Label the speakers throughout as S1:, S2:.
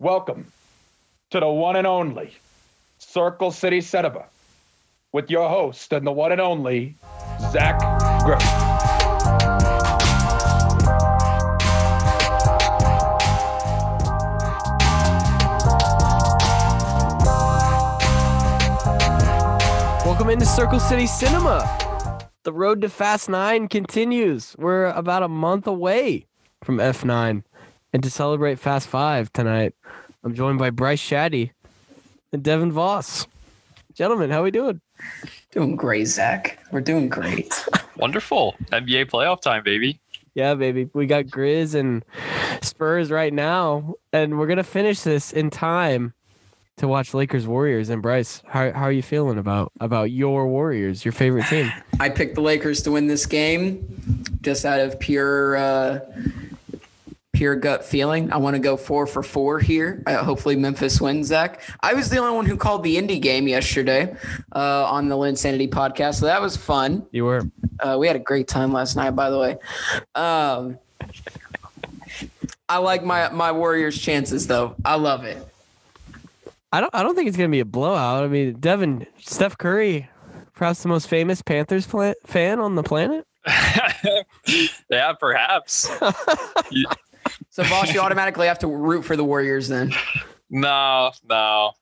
S1: Welcome to the one and only Circle City Cinema with your host and the one and only Zach Griffin.
S2: Welcome into Circle City Cinema. The road to Fast Nine continues. We're about a month away from F9. And to celebrate Fast Five tonight, I'm joined by Bryce Shaddy and Devin Voss. Gentlemen, how we doing?
S3: Doing great, Zach. We're doing great.
S4: Wonderful. NBA playoff time, baby.
S2: Yeah, baby. We got Grizz and Spurs right now. And we're going to finish this in time to watch Lakers Warriors. And Bryce, how, how are you feeling about, about your Warriors, your favorite team?
S3: I picked the Lakers to win this game just out of pure uh, pure gut feeling. I want to go four for four here. Uh, hopefully, Memphis wins, Zach. I was the only one who called the indie game yesterday uh, on the Insanity podcast, so that was fun.
S2: You were.
S3: Uh, we had a great time last night, by the way. Um, I like my my Warriors' chances, though. I love it.
S2: I don't. I don't think it's gonna be a blowout. I mean, Devin, Steph Curry, perhaps the most famous Panthers pla- fan on the planet.
S4: yeah, perhaps.
S3: So, boss, you automatically have to root for the Warriors then.
S4: No, no,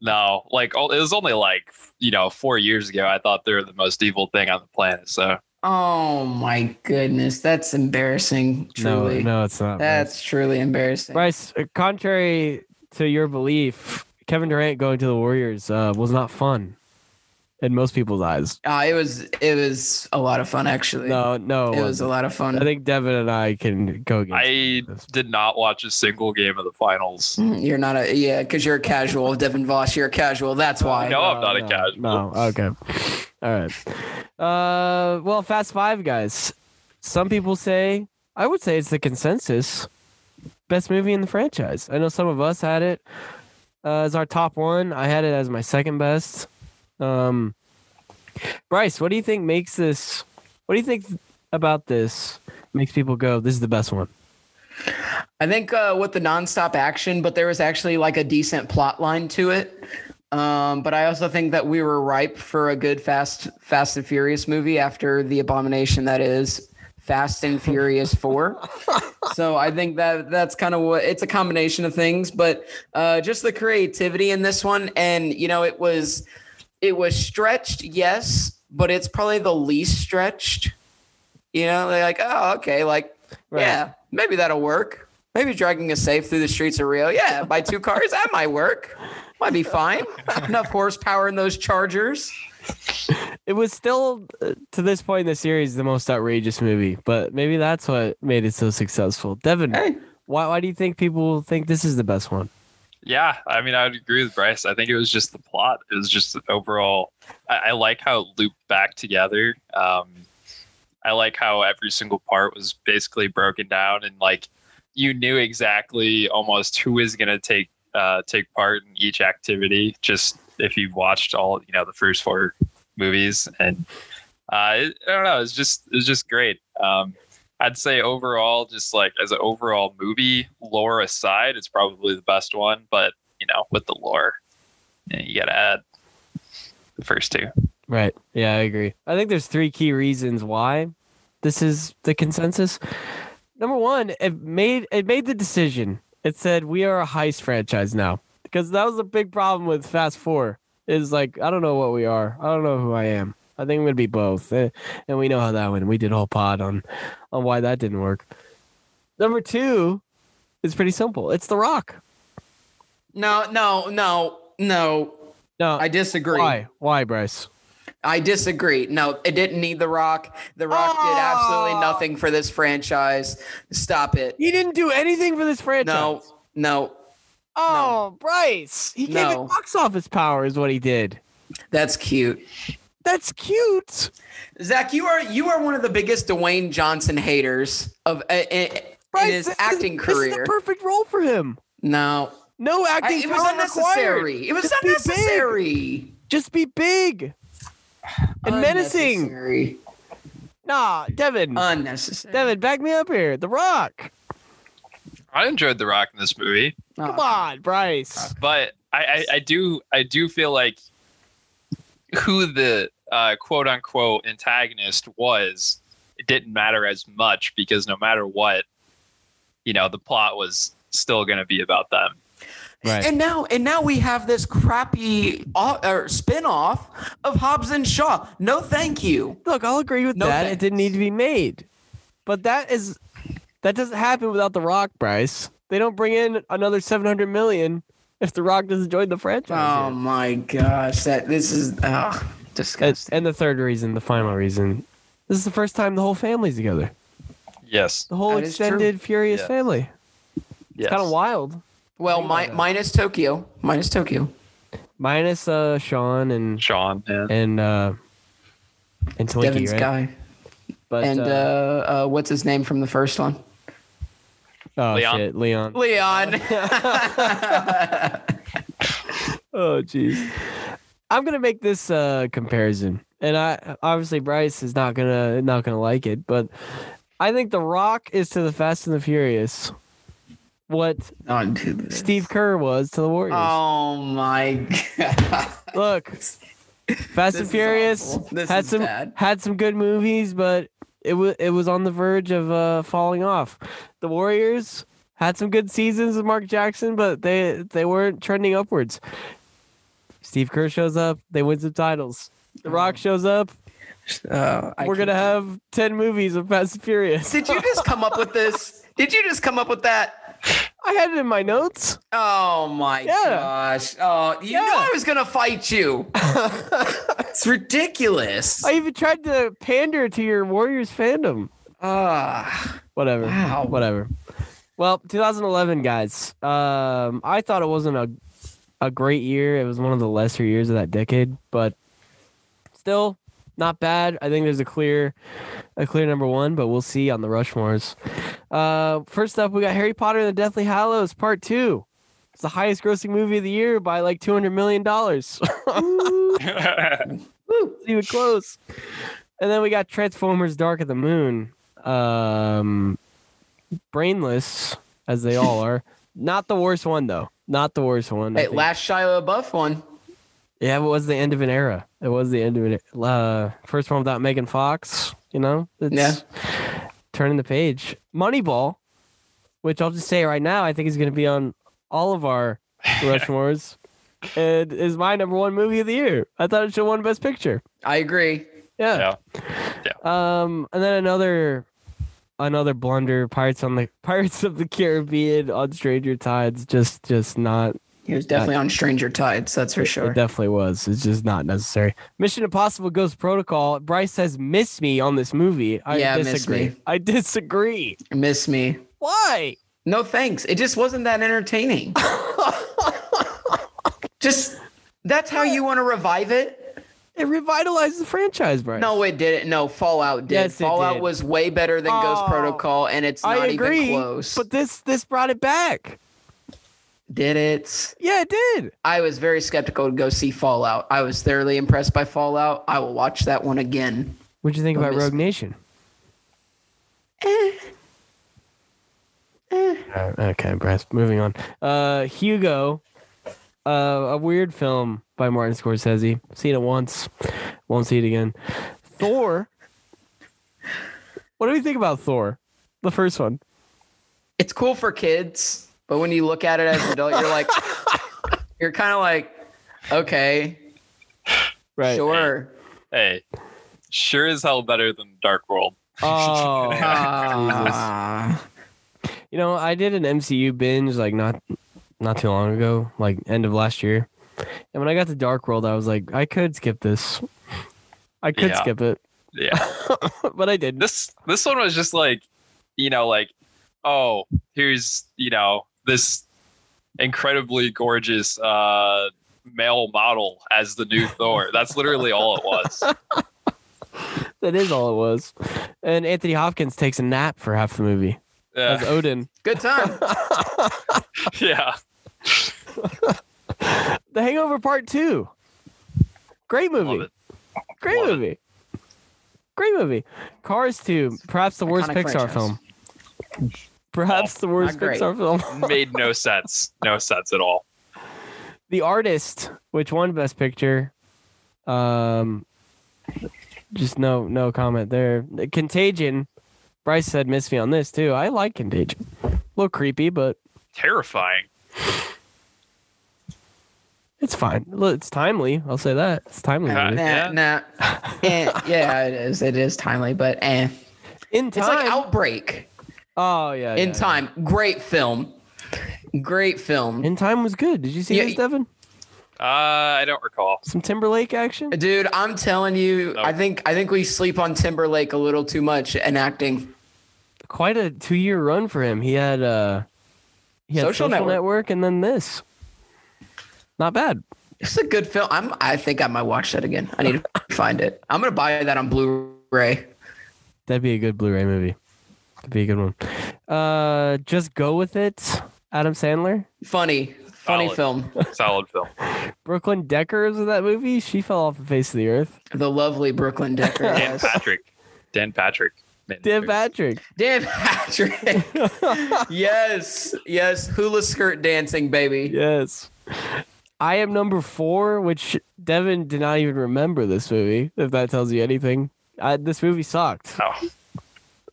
S4: no. Like oh, it was only like you know four years ago. I thought they were the most evil thing on the planet. So
S3: Oh my goodness, that's embarrassing. Truly,
S2: No, no, it's not.
S3: that's truly embarrassing.
S2: Bryce. Bryce, uh, contrary to your belief, Kevin Durant going to the Warriors uh, was not fun in most people's eyes.
S3: Uh, it was it was a lot of fun actually.
S2: No, no,
S3: it was a lot of fun.
S2: I think Devin and I can go against.
S4: I did not watch a single game of the finals.
S3: Mm, You're not a yeah, because you're a casual, Devin Voss. You're a casual. That's why.
S4: No, I'm not a casual.
S2: No, okay. All right. Uh, well, Fast Five guys. Some people say I would say it's the consensus best movie in the franchise. I know some of us had it uh, as our top one. I had it as my second best. Um, Bryce, what do you think makes this? What do you think about this makes people go, "This is the best one"?
S3: I think uh, with the nonstop action, but there was actually like a decent plot line to it. Um, but I also think that we were ripe for a good Fast Fast and Furious movie after the abomination that is Fast and Furious Four. so I think that that's kind of what it's a combination of things, but uh, just the creativity in this one, and you know, it was it was stretched, yes, but it's probably the least stretched. You know, they're like, oh, okay, like
S2: Right.
S3: yeah, maybe that'll work. Maybe dragging a safe through the streets of Rio, yeah, by two cars, that might work. Might be fine. Enough horsepower in those Chargers.
S2: It was still, uh, to this point in the series, the most outrageous movie. But maybe that's what made it so successful. Devin,
S3: Hey,
S2: Why, why do you think people think this is the best one?
S4: Yeah, I mean, I would agree with Bryce. I think it was just the plot. It was just overall. I, I like how it looped back together. Um, I like how every single part was basically broken down, and like you knew exactly almost who is going to take uh, take part in each activity. Just if you've watched all you know the first four movies, and uh, it, I don't know, it's just it's just great. Um, I'd say overall, just like as an overall movie lore aside, it's probably the best one. But you know, with the lore, you, know, you gotta add the first two.
S2: Right. Yeah, I agree. I think there's three key reasons why this is the consensus. Number one, it made it made the decision. It said we are a heist franchise now because that was a big problem with Fast Four. Is like I don't know what we are. I don't know who I am. I think I'm gonna be both, Eh, and we know how that went. We did a whole pod on on why that didn't work. Number two is pretty simple. It's The Rock.
S3: no, no, no, no.
S2: No,
S3: I disagree.
S2: why? Why, Bryce?
S3: I disagree. No, it didn't need The Rock. The Rock did absolutely
S2: Oh.
S3: nothing for this franchise. Stop it.
S2: He didn't do anything for this franchise.
S3: No, no,
S2: Oh, Bryce. He gave
S3: No.
S2: it box office power is what he did.
S3: that's cute.
S2: That's cute.
S3: Zach, you are you are one of the biggest Dwayne Johnson haters of uh, in, in
S2: Bryce,
S3: his
S2: this is-
S3: acting
S2: This is
S3: career.
S2: the perfect role for him.
S3: no,
S2: No
S3: I,
S2: acting
S3: it was
S2: power
S3: unnecessary.
S2: required.
S3: It was
S2: Just be big.
S3: unnecessary
S2: Just be big and menacing.
S3: Unnecessary.
S2: Nah, Devin.
S3: Unnecessary.
S2: Devin, back me up here. The Rock.
S4: I enjoyed The Rock in this movie,
S3: Oh,
S2: Come on,
S3: Uh-uh.
S2: Bryce.
S4: but I, I, I do I do feel like who the uh, quote unquote antagonist was, it didn't matter as much because no matter what, you know, the plot was still going to be about them.
S2: Right.
S3: And now, and now we have this crappy uh, or spinoff of Hobbs and Shaw. No, thank you.
S2: Look, I'll agree with
S3: No
S2: that. It
S3: thanks.
S2: didn't need to be made. But that is that doesn't happen without The Rock, Bryce. They don't bring in another 700 million if The Rock doesn't join the franchise.
S3: Oh
S2: yet.
S3: my gosh, that this is uh,
S2: And-
S3: disgusting.
S2: and the third reason, the final reason, this is the first time the whole family's together.
S4: Yes.
S2: The whole
S3: That is true.
S2: extended Furious
S4: Yes.
S2: family.
S4: Yes.
S2: Kind of wild.
S3: Well, mi- minus Tokyo, minus Tokyo.
S2: Minus uh, Sean and
S4: Sean. Yeah.
S2: and uh, and Twinkie,
S3: Devin's
S2: right?
S3: guy,
S2: But,
S3: and uh, uh, what's his name from the first one?
S2: oh
S4: Leon.
S2: shit, Leon.
S3: Leon.
S2: Oh jeez. I'm gonna make this uh, comparison, and I obviously Bryce is not gonna not gonna like it, but I think The Rock is to the Fast and the Furious what
S3: Don't do this.
S2: Steve Kerr was to the Warriors.
S3: Oh my god.
S2: Look, Fast
S3: This
S2: and
S3: is
S2: Furious
S3: awful. This
S2: had
S3: is
S2: some
S3: bad.
S2: had some good movies, but it was it was on the verge of uh, falling off. The Warriors had some good seasons with Mark Jackson, but they they weren't trending upwards. Steve Kerr shows up, they win some titles. The Rock shows up,
S3: Uh, Oh, I
S2: we're
S3: can't-
S2: gonna have ten movies of Fast and Furious.
S3: Did you just come up with this? Did you just come up with that?
S2: I had it in my notes.
S3: Oh my
S2: Yeah.
S3: gosh. Oh, you knew
S2: Yeah.
S3: I was gonna fight you. it's ridiculous.
S2: I even tried to pander to your Warriors fandom.
S3: Ah.
S2: whatever.
S3: Wow.
S2: Whatever. Well, 2011, guys. Um, I thought it wasn't a a great year. It was one of the lesser years of that decade, but still not bad. I think there's a clear a clear number one, but we'll see on the Rushmores. Uh, first up, we got Harry Potter and the Deathly Hallows Part Two. It's the highest grossing movie of the year by like 200 million dollars. Woo, it's even close. And then we got Transformers: Dark of the Moon. Um, brainless as they all are. Not the worst one though. Not the worst one. I
S3: Hey,
S2: think.
S3: last Shia LaBeouf one.
S2: yeah, it was the end of an era. It was the end of an uh, first one without Megan Fox. You know, it's turning the page. Moneyball, which I'll just say right now, I think is going to be on all of our Rushmores. and is my number one movie of the year. I thought it should have won Best Picture.
S3: I agree.
S2: Yeah. Um, and then another another blunder. Pirates on the Pirates of the Caribbean on Stranger Tides. Just just not.
S3: He was definitely on Stranger Tides, that's for
S2: It
S3: sure.
S2: definitely was. It's just not necessary. Mission Impossible Ghost Protocol. Bryce says miss me on this movie. I
S3: Yeah, miss
S2: disagree.
S3: me.
S2: I disagree.
S3: Miss me.
S2: Why?
S3: No thanks. It just wasn't that entertaining. just that's how you want to revive it?
S2: It revitalized the franchise, Bryce.
S3: No, it didn't. No, Fallout did.
S2: Yes, it
S3: Fallout
S2: did.
S3: was way better than Ghost
S2: Oh,
S3: Protocol, and it's not
S2: I agree.
S3: even close.
S2: But this this brought it back.
S3: did it?
S2: Yeah, it did.
S3: I was very skeptical to go see Fallout. I was thoroughly impressed by Fallout. I will watch that one again.
S2: What'd you think
S3: But
S2: about
S3: miss
S2: Rogue
S3: me.
S2: Nation? Uh, okay, Bryce. Moving on. Uh, Hugo, uh, a weird film by Martin Scorsese. Seen it once, won't see it again. Thor. What do we think about Thor? The first one.
S3: It's cool for kids, but when you look at it as an adult, you're like, you're kind of like, okay,
S2: Right.
S3: sure.
S4: hey, sure as hell better than Dark World.
S2: Oh.
S3: Ah.
S2: You know, I did an MCU binge like not not too long ago, like end of last year. And when I got to Dark World, I was like, I could skip this. I could
S4: Yeah.
S2: skip it,
S4: Yeah.
S2: but I didn't.
S4: this this one was just like you know like oh here's you know this incredibly gorgeous uh male model as the new thor that's literally all it was
S2: That is all it was. And Anthony Hopkins takes a nap for half the movie as
S4: yeah,
S2: Odin.
S3: Good time.
S4: yeah.
S2: The Hangover Part Two. Great
S4: love
S2: movie.
S4: it
S2: Great
S4: Love it.
S2: movie. Great movie. Cars Two, perhaps the worst
S3: Iconic
S2: Pixar
S3: franchise.
S2: film.
S4: Oh,
S2: Perhaps the worst
S3: Not great.
S2: Pixar film.
S4: Made no sense. No sense at all.
S2: The Artist, which won Best Picture. Um, just no no comment there. Contagion. Bryce said miss me on this too. I like Contagion. A little creepy, but
S4: Terrifying.
S2: it's fine. Look, It's timely. I'll say that. It's timely.
S4: Yeah.
S2: movie.
S3: Nah,
S4: Yeah.
S3: nah. Eh, yeah, it is. It is timely, but eh.
S2: In
S3: It's like
S2: time.
S3: Outbreak.
S2: oh yeah.
S3: In
S2: yeah,
S3: time, great film. Great
S2: yeah.
S3: film,
S2: In time was good. Did you see
S3: Yeah,
S2: this,
S3: y-
S2: Devin?
S4: Uh, I don't recall.
S2: Some Timberlake action.
S3: dude. I'm telling you,
S4: No.
S3: I think I think we sleep on Timberlake a little too much in acting.
S2: Quite a two-year run for him. He had uh, he had
S3: Social
S2: Social,
S3: Network.
S2: network. and then this. Not bad.
S3: It's a good film. I'm. I think I might watch that again. I need to find it. I'm gonna buy that on Blu-ray.
S2: That'd be a good Blu-ray movie. Could be a good one. Uh, just go with it. Adam Sandler,
S3: Funny, funny
S4: Solid.
S3: film.
S4: Solid film.
S2: Brooklyn Decker is in that movie. She fell off the face of the earth.
S3: The lovely Brooklyn Decker.
S4: Dan
S3: yes.
S4: Patrick. Dan Patrick. made
S2: Dan
S4: it.
S2: Patrick.
S3: Dan Patrick. yes, yes. Hula skirt dancing, baby.
S2: Yes. I am number four, which Devin did not even remember this movie. If that tells you anything, I, this movie sucked.
S4: Oh,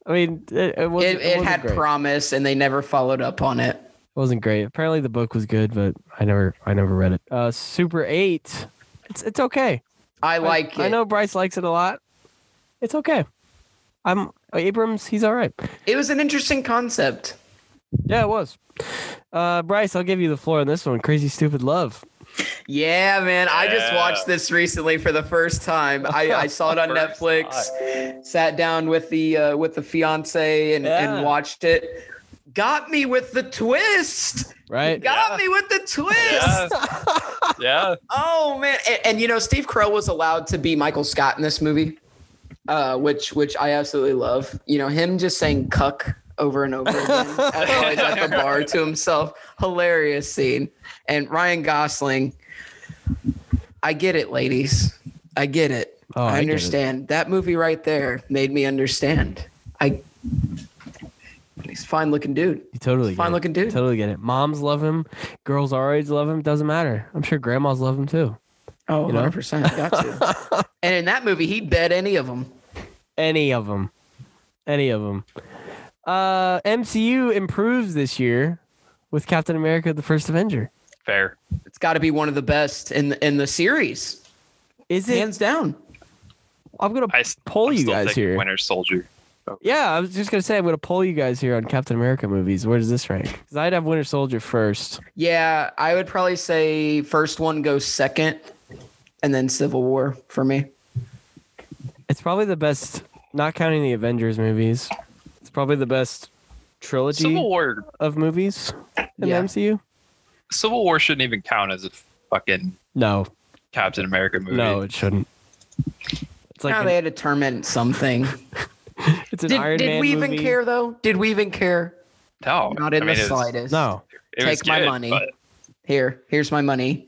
S2: I mean, it, it, wasn't,
S3: It, it
S2: wasn't
S3: had
S2: great.
S3: promise, and they never followed up on it.
S2: It wasn't great. Apparently, the book was good, but I never, I never read it. Uh, Super Eight. It's it's okay.
S3: I like it.
S2: I know Bryce likes it a lot. It's okay. I'm Abrams. He's all right.
S3: It was an interesting concept.
S2: Yeah, it was. Uh, Bryce, I'll give you the floor on this one. Crazy Stupid Love.
S3: Yeah, man. I just
S4: Yeah.
S3: watched this recently for the first time. I, I saw it on
S4: First
S3: Netflix. Sat down with the uh, with the fiance and,
S2: Yeah.
S3: and watched it. Got me with the twist.
S2: Right.
S3: Got
S4: Yeah.
S3: me with the twist.
S4: yeah. yeah.
S3: Oh man, and, and you know Steve Carell was allowed to be Michael Scott in this movie, uh, which which I absolutely love. You know him just saying "cuck" over and over again at, while he's at the bar to himself. Hilarious scene. And Ryan Gosling, I get it, ladies. I get it.
S2: Oh, I
S3: I
S2: get it.
S3: understand. That movie right there made me understand. I. He's a fine looking dude.
S2: You totally.
S3: Fine
S2: get it.
S3: looking dude.
S2: Totally get it. Moms love him. Girls our age love him. Doesn't matter. I'm sure grandmas love him too.
S3: Oh,
S2: you know?
S3: 100%. Got to. and in that movie, he bet any of them.
S2: Any of them. Any of them. Uh, MCU improves this year with Captain America: The First Avenger.
S4: Fair.
S3: it's got to be one of the best in the, in the series,
S2: Is it?
S3: hands down.
S2: I'm gonna
S4: I s-
S2: pull
S4: I'm
S2: you
S4: still
S2: guys
S4: thinking
S2: here.
S4: Winter Soldier.
S2: Yeah, I was just gonna say I'm gonna poll you guys here on Captain America movies. Where does this rank? Because I'd have Winter Soldier first.
S3: Yeah, I would probably say first one goes second, and then Civil War for me.
S2: It's probably the best, not counting the Avengers movies. It's probably the best trilogy
S4: Civil War.
S2: of movies in
S3: Yeah.
S2: the MCU.
S4: Civil War shouldn't even count as a fucking
S2: No,
S4: Captain America movie.
S2: no, it shouldn't. It's like
S3: now
S2: an,
S3: they had to determine something.
S2: it's an
S3: did
S2: Iron
S3: did
S2: Man
S3: we
S2: movie.
S3: even care though? Did we even care?
S4: No,
S3: Not in
S4: I mean,
S3: the
S4: it was-
S3: slightest.
S2: No,
S4: it was
S3: Take my
S4: good,
S3: money.
S4: but-
S3: Here, here's my money.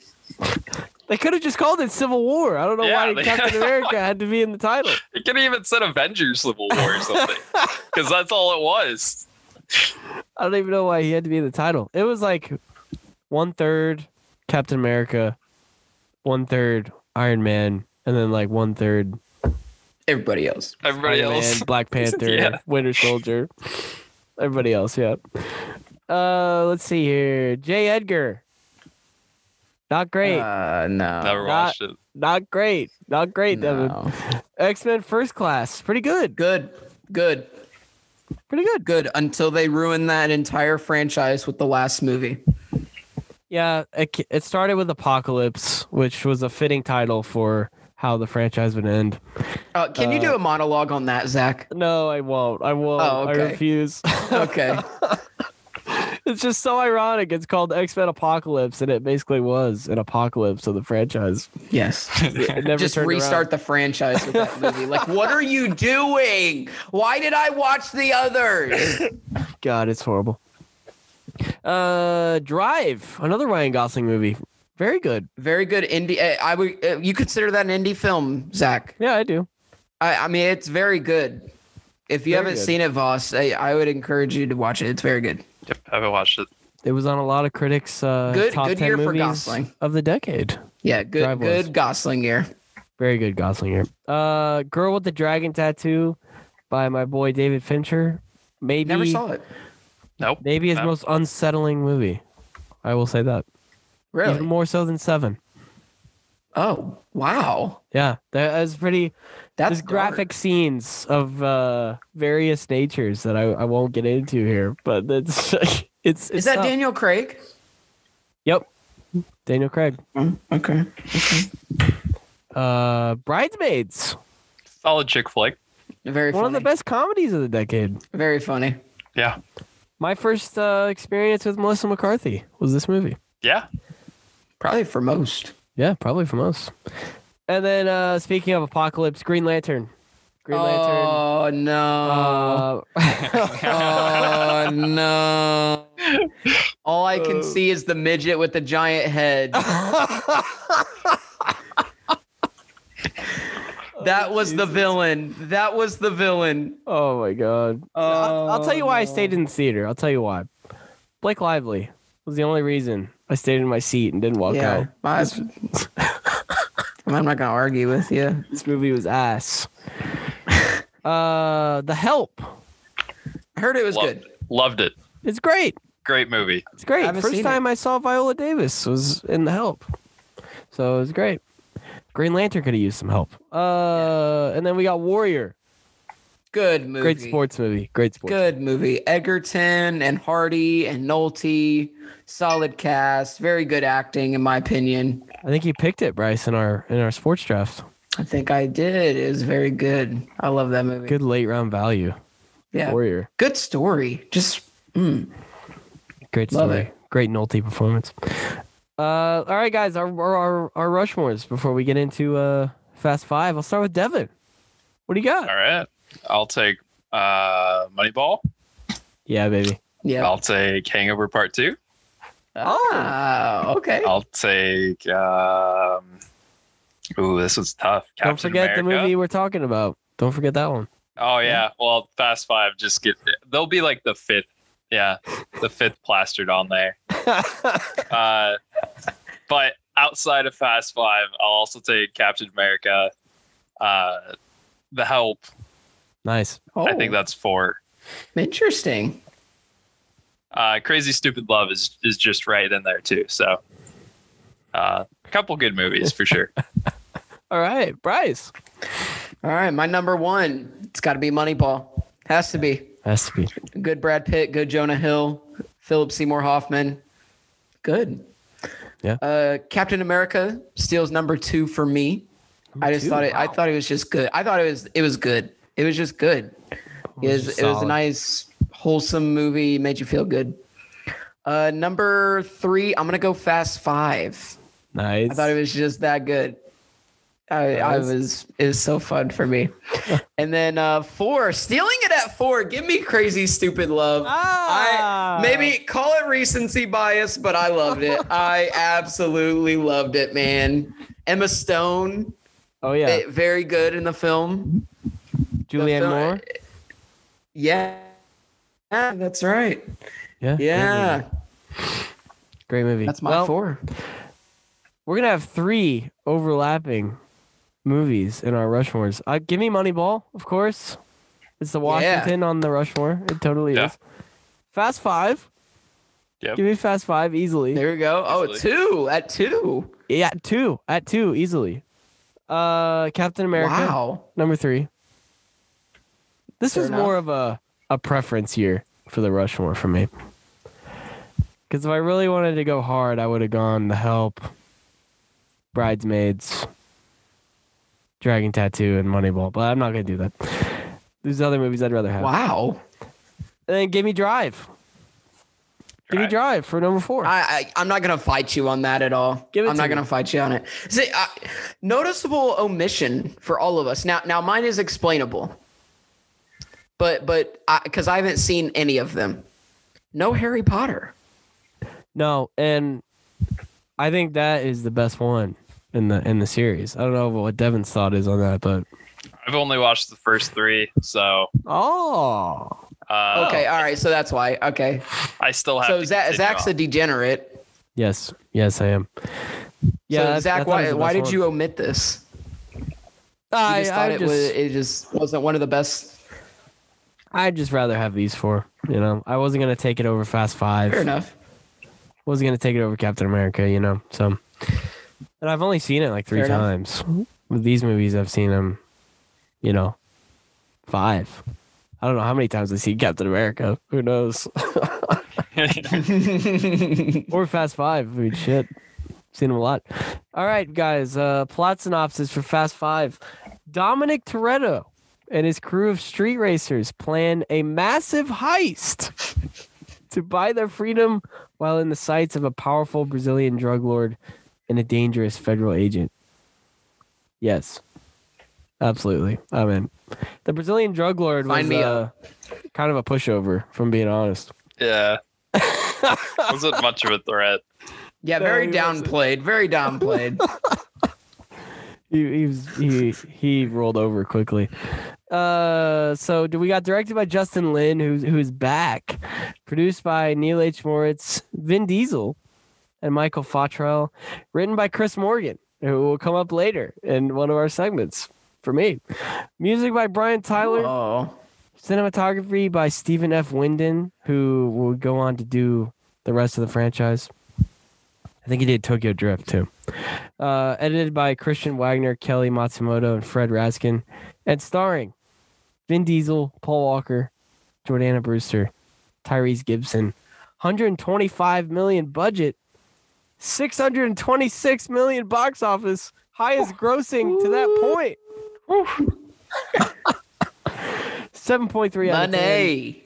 S2: they could have just called it Civil War. I don't know
S4: Yeah,
S2: why
S4: they-
S2: Captain America had to be in the title.
S4: It could have even said Avengers Civil War or something, because that's all it was.
S2: I don't even know why he had to be in the title. It was like one third Captain America, one third Iron Man, and then like one third
S3: Everybody else.
S4: Everybody
S2: Iron
S4: else.
S2: Man, Black Panther,
S4: Yeah.
S2: Winter Soldier, everybody else. Yeah. Uh, let's see here. J. Edgar. Not great.
S3: Uh, no.
S4: Never
S2: Not-
S4: watched it.
S2: Not great. Not great, Devin.
S3: no.
S2: X Men First Class. Pretty good.
S3: Good. Good.
S2: Pretty good.
S3: Good. Until they ruin that entire franchise with the last movie.
S2: Yeah, it, ca- it started with Apocalypse, which was a fitting title for how the franchise would end.
S3: Uh, can you do a monologue on that, Zach?
S2: No, I won't. I won't.
S3: Oh,
S2: I
S3: okay.
S2: refuse.
S3: Okay.
S2: it's just so ironic. It's called X Men Apocalypse, and it basically was an apocalypse of the franchise.
S3: yes.
S2: It never
S3: just
S2: turned
S3: restart the franchise with that movie. Like, what are you doing? Why did I watch the others?
S2: around. God, it's horrible. Uh, Drive, another Ryan Gosling movie. Very good.
S3: Very good indie. eh, I would eh, you consider that an indie film, Zach?
S2: Yeah, I do.
S3: I, I mean, it's very good. If you
S2: Very
S3: haven't
S2: good.
S3: seen it, Voss, I, I would encourage you to watch it. It's very good.
S4: Yep, I haven't watched it.
S2: It was on a lot of critics' uh,
S3: Good-
S2: top
S3: good
S2: ten
S3: year for
S2: movies
S3: Gosling.
S2: of the decade.
S3: Yeah, good
S2: Drive Wars.
S3: good Gosling year.
S2: Very good Goslinger. Uh, Girl with the Dragon Tattoo by my boy David Fincher. Maybe
S3: Never saw it.
S4: Nope.
S2: maybe his
S4: No.
S2: most unsettling movie. I will say that
S3: Really?
S2: even more so than Seven.
S3: oh, wow.
S2: Yeah, that is pretty.
S3: That's
S2: There's graphic scenes of uh, various natures that I, I won't get into here, but that's it's, it's
S3: dark. Is that
S2: tough.
S3: Daniel Craig?
S2: Yep, Daniel Craig.
S3: Okay.
S2: Uh, Bridesmaids,
S4: Solid chick flick.
S3: Very
S2: one
S3: funny.
S2: of the best comedies of the decade.
S3: Very funny.
S4: Yeah.
S2: My first uh, experience with Melissa McCarthy was this movie.
S4: Yeah.
S3: Probably for most.
S2: Yeah, probably from us. And then uh speaking of apocalypse, Green Lantern. Green Lantern.
S3: Oh
S2: Oh.
S3: no.
S2: Uh,
S3: oh no. All I can
S4: Uh.
S3: see is the midget with the giant head.
S2: Uh,
S3: That was the villain. That was the villain.
S2: oh my god. I'll, I'll
S3: Oh,
S2: tell you why I stayed
S3: in.
S2: in the theater. I'll tell you why. Blake Lively was the only reason I stayed in my seat and didn't walk out.
S3: I- I'm not gonna argue with you.
S2: This movie was ass. uh The Help.
S3: I heard it was
S4: Loved
S3: good.
S4: it. Loved it.
S2: It's great.
S4: Great movie.
S2: It's great.
S3: Haven't
S2: First
S3: seen
S2: time I saw Viola Davis was in The Help, so it was great. Green Lantern could have used some help. Uh, and then we got Warrior.
S3: Good movie.
S2: Great sports movie. Great sports.
S3: Good movie. Egerton and Hardy and Nolte. Solid cast. Very good acting, in my opinion.
S2: I think you picked it, Bryce, in our in our sports draft.
S3: I think I did. It was very good. I love that movie.
S2: Good late round value.
S3: Yeah.
S2: Warrior.
S3: Good story. Just mm.
S2: Great
S3: Love
S2: story. Great Nolte performance. Uh, all right, guys, our our our, our Rushmores before we get into uh Fast Five. I'll start with Devin. What do you got?
S4: All right. I'll take uh Moneyball.
S2: Yeah, baby.
S3: yeah.
S4: I'll take Hangover Part Two.
S3: Ah, okay.
S4: I'll take um Ooh, this was tough. Captain
S2: Don't forget
S4: America.
S2: the movie we're talking about. Don't forget that one.
S4: Oh yeah. Well, Fast Five just get they'll be like the fifth. Yeah, the fifth plastered on there. Uh, but outside of Fast Five, I'll also take Captain America, uh, The Help.
S2: Nice.
S3: Oh,
S4: I think that's four.
S3: interesting.
S4: Uh, Crazy Stupid Love is is just right in there too. So, uh, a couple good movies for sure.
S2: All right, Bryce.
S3: All right, my number one. It's got to be Moneyball. Has to be.
S2: Has to be.
S3: Good Brad Pitt, good Jonah Hill, Philip Seymour Hoffman. Good.
S2: Yeah.
S3: Uh, Captain America steals number two for me. I just
S2: two?
S3: thought it. I
S2: Wow.
S3: thought it was just good. I thought it was. It was good. It was just good. It was. It was a
S2: solid.
S3: nice, wholesome movie. Made you feel good. Uh, number three. I'm gonna go Fast Five.
S2: Nice.
S3: I thought it was just that good. I, I was it was so fun for me. and then uh four, stealing it at four. Give me crazy stupid love.
S2: Ah.
S3: I maybe call it recency bias, but I loved it. I absolutely loved it, man. Emma Stone,
S2: oh yeah,
S3: eh, very good in the film.
S2: Julianne
S3: film-
S2: Moore.
S3: Yeah. Yeah, that's right.
S2: Yeah. great
S3: Yeah.
S2: movie. Great movie.
S3: That's my
S2: well,
S3: four.
S2: We're gonna have three overlapping movies in our Rushmores. Uh, give me Moneyball, of course. It's the Washington on the Rushmore. It totally
S4: Yeah.
S2: is. Fast Five.
S4: Yep.
S2: Give me Fast Five easily.
S3: There we go. Oh, two at two.
S2: Yeah, two at two easily. Uh, Captain America.
S3: Wow.
S2: Number three. This
S3: Fair
S2: was more of a, a preference year for the Rushmore for me. Because if I really wanted to go hard, I would have gone The Help, Bridesmaids, Dragon Tattoo, and Moneyball. But I'm not going to do that. There's other movies I'd rather have.
S3: Wow.
S2: And then give me Drive. Give me
S4: Drive.
S2: Drive for number four.
S3: I, I I'm not gonna fight you on that at all.
S2: Give it
S3: I'm
S2: to
S3: not
S2: me.
S3: gonna fight you on it. See, I, noticeable omission for all of us. Now, now mine is explainable, but but because I, haven't seen any of them. No Harry Potter.
S2: no, and I think that is the best one in the in the series. I don't know what Devin's thought is on that, but
S4: I've only watched the first three, so
S2: Oh,
S4: uh,
S3: Okay, all right, so that's why. Okay,
S4: I still have.
S3: so
S4: to
S3: Zach,
S4: continue
S3: Zach's
S4: on.
S3: a degenerate.
S2: yes, yes, I am. Yeah,
S3: so
S2: that-
S3: Zach,
S2: that was
S3: why
S2: the
S3: why
S2: best
S3: did
S2: one.
S3: you omit this? You
S2: I,
S3: just thought
S2: I
S3: it
S2: just,
S3: was it just wasn't one of the best.
S2: I'd just rather have these four. You know, I wasn't gonna take it over Fast Five.
S3: Fair enough.
S2: Wasn't gonna take it over Captain America. You know, so. And I've only seen it like three
S3: Fair enough.
S2: times. With these movies, I've seen them, you know, five. I don't know how many times I've seen Captain America. Who knows? or Fast Five. I mean, shit, seen them a lot. All right, guys. Uh, plot synopsis for Fast Five: Dominic Toretto and his crew of street racers plan a massive heist to buy their freedom while in the sights of a powerful Brazilian drug lord and a dangerous federal agent. Yes, absolutely. I'm in. The Brazilian drug lord
S3: Sign
S2: was
S3: me
S2: uh, kind of a pushover, from being honest.
S4: yeah, wasn't much of a threat.
S3: yeah,
S2: No,
S3: very
S2: he wasn't.
S3: downplayed. Very downplayed.
S2: He he was, he he rolled over quickly. Uh, so do we got directed by Justin Lin, who's who's back, produced by Neil H. Moritz, Vin Diesel, and Michael Fotrell, written by Chris Morgan, who will come up later in one of our segments for me. Music by Brian Tyler,
S3: oh,
S2: cinematography by Stephen F. Winden, who will go on to do the rest of the franchise. I think he did Tokyo Drift too. Uh, edited by Christian Wagner, Kelly Matsumoto, and Fred Raskin, and starring Vin Diesel, Paul Walker, Jordana Brewster, Tyrese Gibson. 125 million budget, 626 million box office, highest grossing to that point. 7.3 out of 10.
S3: money.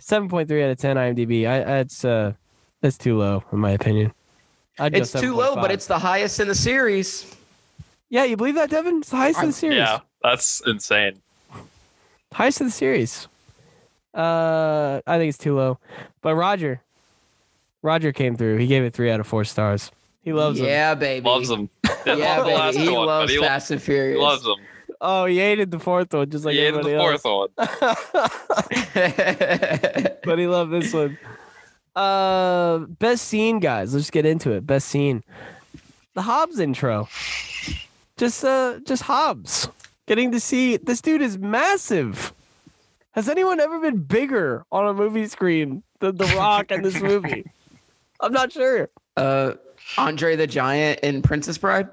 S2: Seven point three out of ten IMDb. I that's uh that's too low in my opinion. I'd go
S3: It's too low,
S2: 7.5.
S3: but it's the highest in the series.
S2: yeah. You believe that, Devin? It's the highest in
S3: I-
S2: the series.
S4: Yeah, that's insane.
S2: Highest in the series. Uh, I think it's too low. But Roger, Roger came through. He gave it three out of four stars. He loves him.
S3: yeah, baby.
S4: Loves them. Didn't
S3: Yeah,
S4: love the
S3: baby.
S4: last
S3: He
S4: one,
S3: loves
S4: but he, lo-
S3: Fast and Furious.
S4: he loves them.
S2: Oh, he hated the fourth one, just like
S4: he hated the
S2: everybody
S4: fourth one.
S2: else. but he loved this one. Uh, best scene, guys. Let's get into it. Best scene, the Hobbs intro. Just, uh, just Hobbs getting to see this dude is massive. Has anyone ever been bigger on a movie screen than The Rock in this movie? I'm not sure.
S3: uh, Andre the Giant in Princess Bride.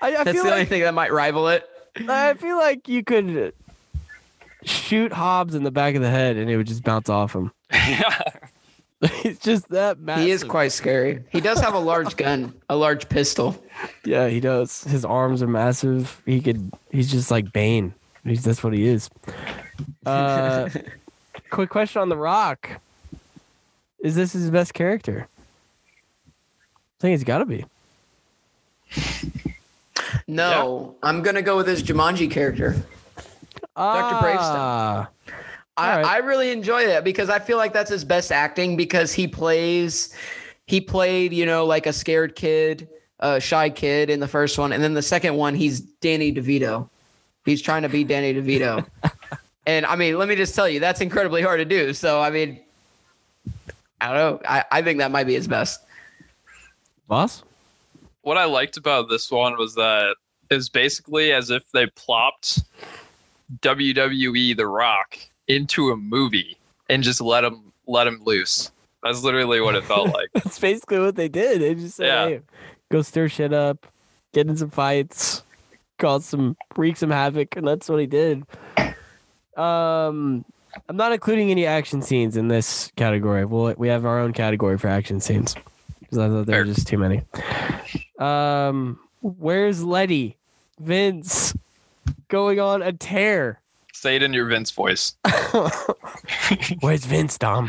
S2: I, I
S3: That's the
S2: feel
S3: only
S2: like
S3: thing that might rival it.
S2: I feel like you could shoot Hobbs in the back of the head and it would just bounce off him. He's just that massive.
S3: He is quite scary. He does have a large gun, a large pistol.
S2: Yeah, he does. His arms are massive. He could. He's just like Bane. He's, that's what he is. Uh, quick question on The Rock: Is this his best character? I think it's got to be.
S3: No, I'm gonna go with his Jumanji character.
S2: Ah,
S3: I,
S2: All right.
S3: I really enjoy that because I feel like that's his best acting because he plays he played, you know, like a scared kid, a shy kid in the first one. And then the second one, he's Danny DeVito. He's trying to be Danny DeVito. and I mean, let me just tell you, that's incredibly hard to do. So I mean I don't know. I, I think that might be his best.
S2: boss.
S4: what I liked about this one was that it was basically as if they plopped WWE The Rock into a movie and just let him let him loose. That's literally what it felt like.
S2: That's basically what they did. They just said,
S4: Yeah.
S2: "Hey, go stir shit up, get in some fights, cause some wreak some havoc," and that's what he did. Um, I'm not including any action scenes in this category. Well, we have our own category for action scenes because I thought there were
S4: Fair.
S2: just too many. Um, where's Letty? Vince going on a tear.
S4: Say it in your Vince voice.
S2: Where's Vince, Dom?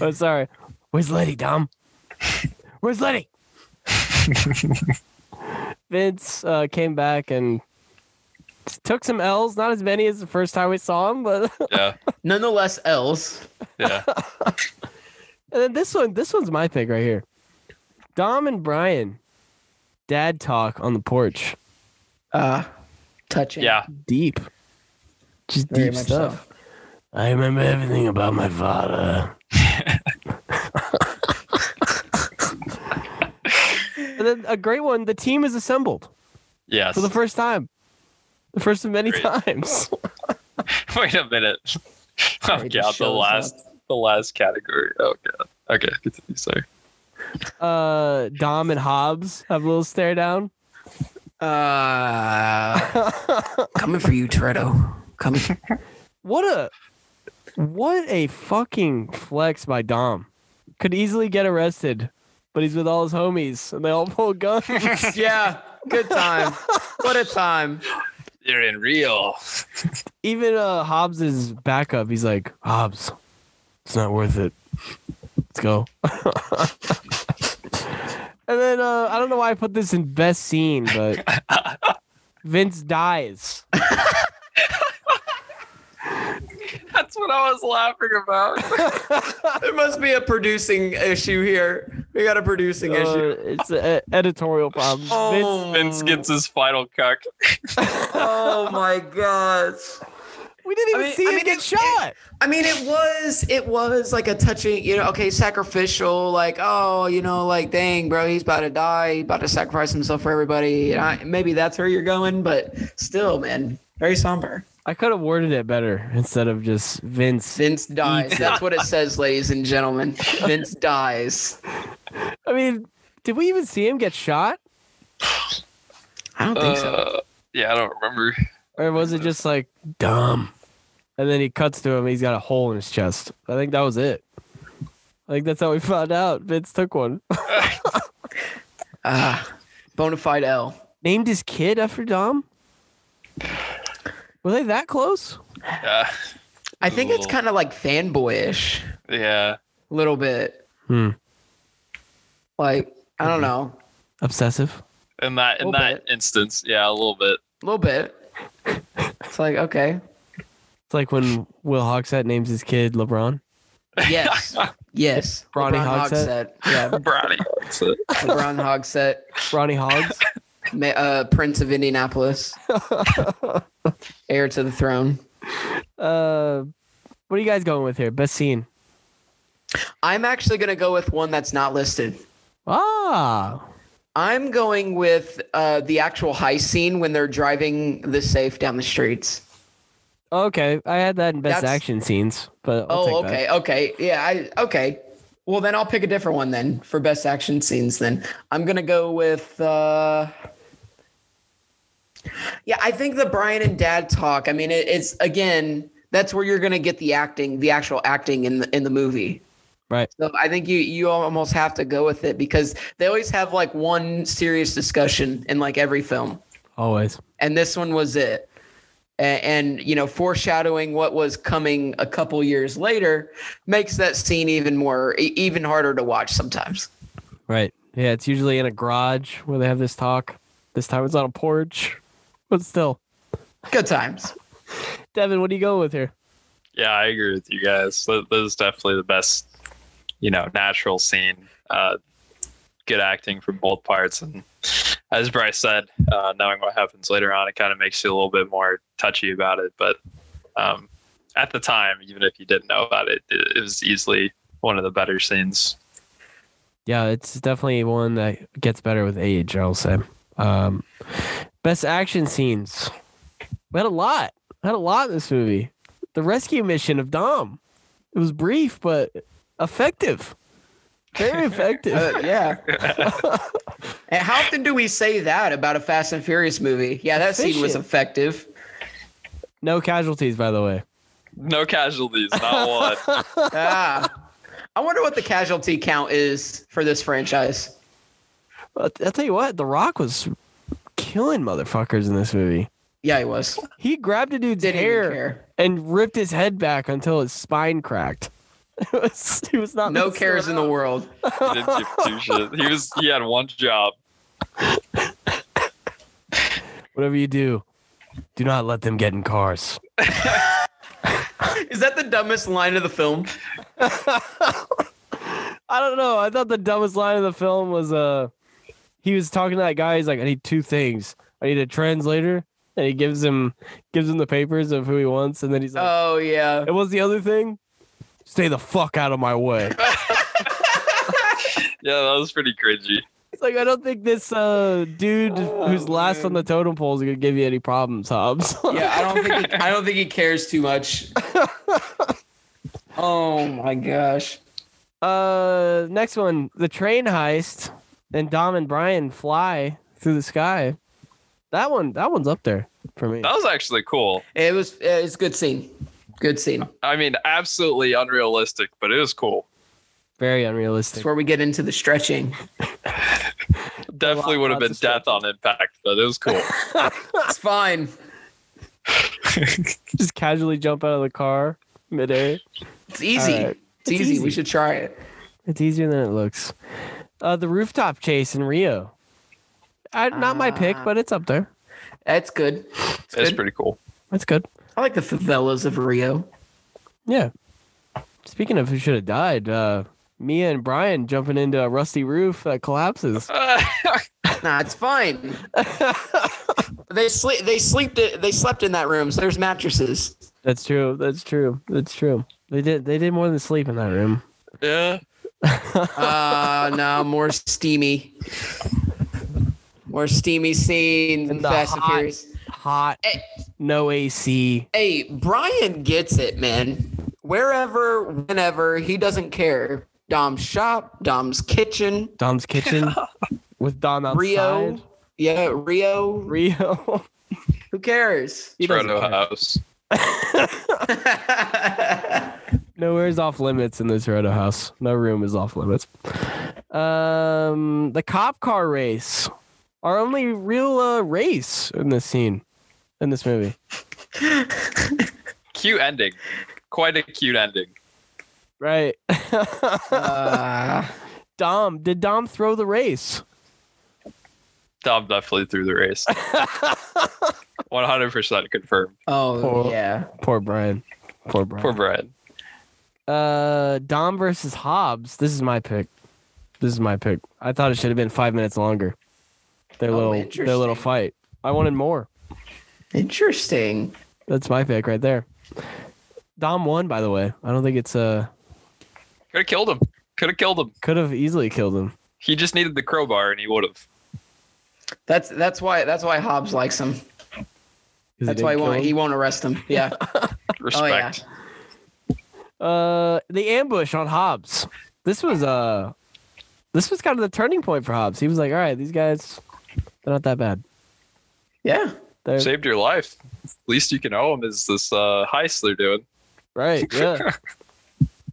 S2: Oh, sorry. Where's Letty, Dom? Where's Letty? Vince uh, came back and took some L's. Not as many as the first time we saw him, but
S4: Yeah.
S3: Nonetheless, else.
S4: Yeah.
S2: and then this one, this one's my pick right here. Dom and Brian dad talk on the porch.
S3: Uh, touching.
S4: Yeah.
S2: Deep. Just
S3: Very
S2: deep
S3: much
S2: stuff.
S3: so.
S2: I remember everything about my father. and then a great one, the team is assembled
S4: Yes.
S2: for the first time. The first of many
S4: Great.
S2: times.
S4: Wait a minute. Oh
S3: It
S4: god,
S3: just
S4: the
S3: shows
S4: last
S3: up.
S4: the last category. Oh god. Okay, continue, sorry.
S2: Uh Dom and Hobbs have a little stare down.
S3: Uh, coming for you, Toretto. Coming.
S2: What a what a fucking flex by Dom. Could easily get arrested, but he's with all his homies and they all pull guns.
S3: yeah. Good time. What a time.
S4: You're in real.
S2: Even uh Hobbs's backup, he's like, Hobbs, it's not worth it. Let's go. and then uh I don't know why I put this in best scene, but Vince dies.
S4: That's what I was laughing about.
S3: There must be a producing issue here. We got a producing issue.
S2: Uh, it's an editorial problem. Vince,
S4: Vince gets his final cuck.
S3: oh my gosh.
S2: we didn't even
S3: I mean-
S2: see
S3: I
S2: him
S3: mean,
S2: get
S3: it-
S2: shot.
S3: I mean, it was it was like a touching, you know, okay, sacrificial, like oh, you know, like dang, bro, he's about to die, he's about to sacrifice himself for everybody. And I, maybe that's where you're going, but still, man, very somber.
S2: I could have worded it better instead of just Vince.
S3: Vince dies. That's what it says, ladies and gentlemen. Vince dies.
S2: I mean, did we even see him get shot?
S3: I don't think so.
S4: Uh, yeah, I don't remember.
S2: Or was it just like dumb? And then he cuts to him. He's got a hole in his chest. I think that was it. I think that's how we found out. Vince took one.
S3: Ah, bona fide L.
S2: Named his kid after Dom. Were they that close?
S4: Yeah.
S3: I think it's kind of like fanboyish,
S4: Yeah.
S3: a little bit.
S2: Hmm.
S3: Like I don't know,
S2: Obsessive.
S4: In that in
S3: Little
S4: that instance, yeah, a little bit.
S3: a little bit. It's like okay,
S2: It's like when Will Hogsett names his kid LeBron.
S3: Yes. Yes.
S2: Ronnie
S3: Yeah.
S4: Brownie. That's it.
S3: LeBron Hogsett,
S2: Ronnie Hogs.
S3: ma- uh, Prince of Indianapolis, heir to the throne.
S2: uh, what are you guys going with here? Best scene.
S3: I'm actually going to go with one that's not listed.
S2: Ah,
S3: I'm going with uh, the actual high scene when they're driving the safe down the streets.
S2: okay. I had that in best
S3: That's-
S2: action scenes, but I'll
S3: oh,
S2: take
S3: okay. Okay. Yeah. I, okay. Well, then I'll pick a different one then for best action scenes. Then I'm going to go with. Uh, yeah, I think the Brian and Dad talk. I mean, it, it's again, that's where you're going to get the acting, the actual acting in the in the movie.
S2: Right.
S3: So I think you you almost have to go with it because they always have like one serious discussion in like every film
S2: that. Always.
S3: and this one was it and, and you know foreshadowing what was coming a couple years later makes that scene even more e- even harder to watch sometimes
S2: Right. Yeah, it's usually in a garage where they have this talk. This time it's on a porch, but still.
S3: good times
S2: Devin, what are you going with here?
S4: Yeah, I agree with you guys. Th- This is definitely the best, you know, natural scene. Uh, good acting from both parts, and as Bryce said, uh, knowing what happens later on, it kind of makes you a little bit more touchy about it. But um, at the time, even if you didn't know about it, it, it was easily one of the better scenes.
S2: Yeah, it's definitely one that gets better with age, I'll say. Um, best action scenes. We had a lot. had a lot in this movie. The rescue mission of Dom. It was brief, but effective. Very effective.
S3: Uh, yeah and how often do we say that about a fast and furious movie yeah that scene was
S2: Efficient.
S3: effective
S2: no casualties, by the way.
S4: No casualties, not one.
S3: ah i wonder what the casualty count is for this franchise
S2: I'll I'll tell you what, The Rock was killing motherfuckers in this movie.
S3: yeah he was
S2: He grabbed a dude's
S3: didn't even
S2: hair
S3: care
S2: and ripped his head back until his spine cracked. It was, he was not
S3: no
S2: messing
S3: cares in the
S2: around.
S3: world
S4: He didn't give two shits. He was. He had one job.
S2: Whatever you do, do not let them get in cars.
S3: is that the dumbest line of the film
S2: I don't know. I thought the dumbest line of the film was uh he was talking to that guy. He's like, I need two things. I need a translator, and he gives him gives him the papers of who he wants, and then he's like,
S3: Oh yeah.
S2: and what's the other thing? Stay the fuck out of my way.
S4: Yeah, that was pretty cringy.
S2: It's like I don't think this uh, dude who's
S3: Oh,
S2: last on
S3: man.
S2: the totem pole is gonna give you any problems, Hobbs.
S3: Yeah, I don't think he, I don't think he cares too much. oh my gosh.
S2: uh, next one, the train heist, and Dom and Brian fly through the sky. That one, that one's up there for me.
S4: That was actually cool.
S3: It was it's a good scene. Good scene.
S4: I mean, absolutely unrealistic, but it was cool.
S2: Very
S3: It's
S2: unrealistic.
S3: where we get into the stretching.
S4: Definitely would have been
S2: lots of
S4: death on impact, but it was cool.
S3: It's fine.
S2: Just casually jump out of the car midair.
S3: It's easy.
S2: All right.
S3: It's,
S2: It's
S3: easy.
S2: easy.
S3: We should try it.
S2: It's easier than it looks. Uh, the rooftop chase in Rio. I, not my pick,
S3: Ah.
S2: but it's up there.
S3: That's good. It's
S4: It's
S3: good.
S4: pretty cool.
S2: That's good.
S3: I like the favelas of Rio.
S2: Yeah. Speaking of who should have died, uh, Mia and Brian jumping into a rusty roof that collapses.
S3: Nah, it's fine. they sleep. They sleep. They slept in that room. So there's mattresses.
S2: That's true. That's true. That's true. They did. They did more than sleep in that room.
S4: yeah.
S3: Uh no, more steamy. More steamy scenes
S2: And
S3: and
S2: the
S3: Fast and
S2: hot-
S3: Furious.
S2: Hot.
S3: Hey.
S2: No AC.
S3: Hey, Brian gets it, man. Wherever, whenever, he doesn't care. Dom's shop, Dom's kitchen,
S2: Dom's kitchen with Dom outside.
S3: Rio. Yeah, Rio.
S2: Rio.
S3: Who cares?
S2: He doesn't
S4: Frodo
S2: care.
S4: House.
S2: Nowhere's off limits in this Roto house. No room is off limits. Um, the cop car race, our only real uh, race in this scene, in this movie.
S4: Cute ending. Quite a cute ending.
S2: Right.
S3: Uh,
S2: Dom, did Dom throw the race?
S4: Dom definitely threw the race. 100% confirmed.
S3: oh
S2: Poor-
S3: yeah.
S2: Poor Brian. Poor Brian.
S4: Poor Brian.
S2: uh, Dom versus Hobbs. This is my pick. This is my pick. I thought it should have been five minutes longer. Their
S3: Oh,
S2: little their little
S3: interesting.
S2: fight. I wanted more.
S3: Interesting.
S2: That's my pick right there. Dom won, by the way. I don't think it's uh
S4: Could have killed him. Could have killed him.
S2: could have easily killed him.
S4: He just needed the crowbar and he would have.
S3: That's that's why that's why Hobbs likes him.
S2: 'cause he
S3: That's why he
S2: didn't kill
S3: won't he
S2: him.
S3: won't arrest him. Oh, Yeah.
S4: Respect.
S2: Uh, the ambush on Hobbs. This was uh, this was kind of the turning point for Hobbs. He was like, all right, these guys, they're not that bad.
S3: yeah.
S2: They're
S4: Saved your life. Least you can owe him is this uh, heist they're doing.
S2: right. Yeah.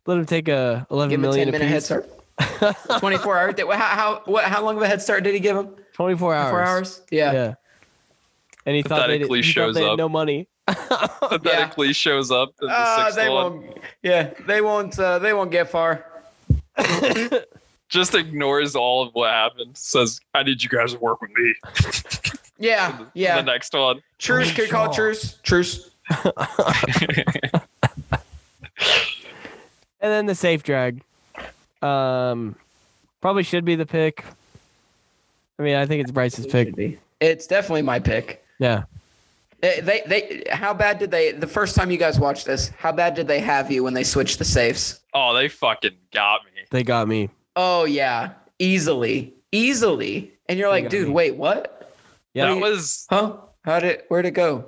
S2: Let him take a
S3: Give
S2: eleven
S3: him a
S2: million
S3: ten minute head
S2: apiece.
S3: start. Twenty four hour. How how what, how long of a head start did he give him?
S2: Twenty four hours.
S3: Four hours. Yeah.
S2: Yeah. And he thought they, did,
S4: Pathetically
S2: he thought
S4: shows
S2: they had
S4: up.
S2: no money.
S4: Pathetically shows up in the
S3: Ah,
S4: sixth
S3: they
S4: one.
S3: won't. Yeah, they won't. Uh, they won't get far.
S4: Just ignores all of what happened. Says, I need you guys to work with me.
S3: Yeah, yeah.
S4: The next one.
S3: Truce. Could call truce. Truce.
S2: And then the safe drag. Um, probably should be the pick. I mean, I think it's Bryce's pick.
S3: It's definitely my pick.
S2: Yeah.
S3: Eh, They, they, how bad did they? The first time you guys watched this, how bad did they have you when they switched the safes?
S4: Oh, they fucking got me.
S2: They got me.
S3: Oh yeah, easily, easily. And you're like,
S2: got
S3: dude,
S2: me.
S3: wait, what?
S2: Yeah.
S4: That was
S3: Huh? How did? Where'd it go?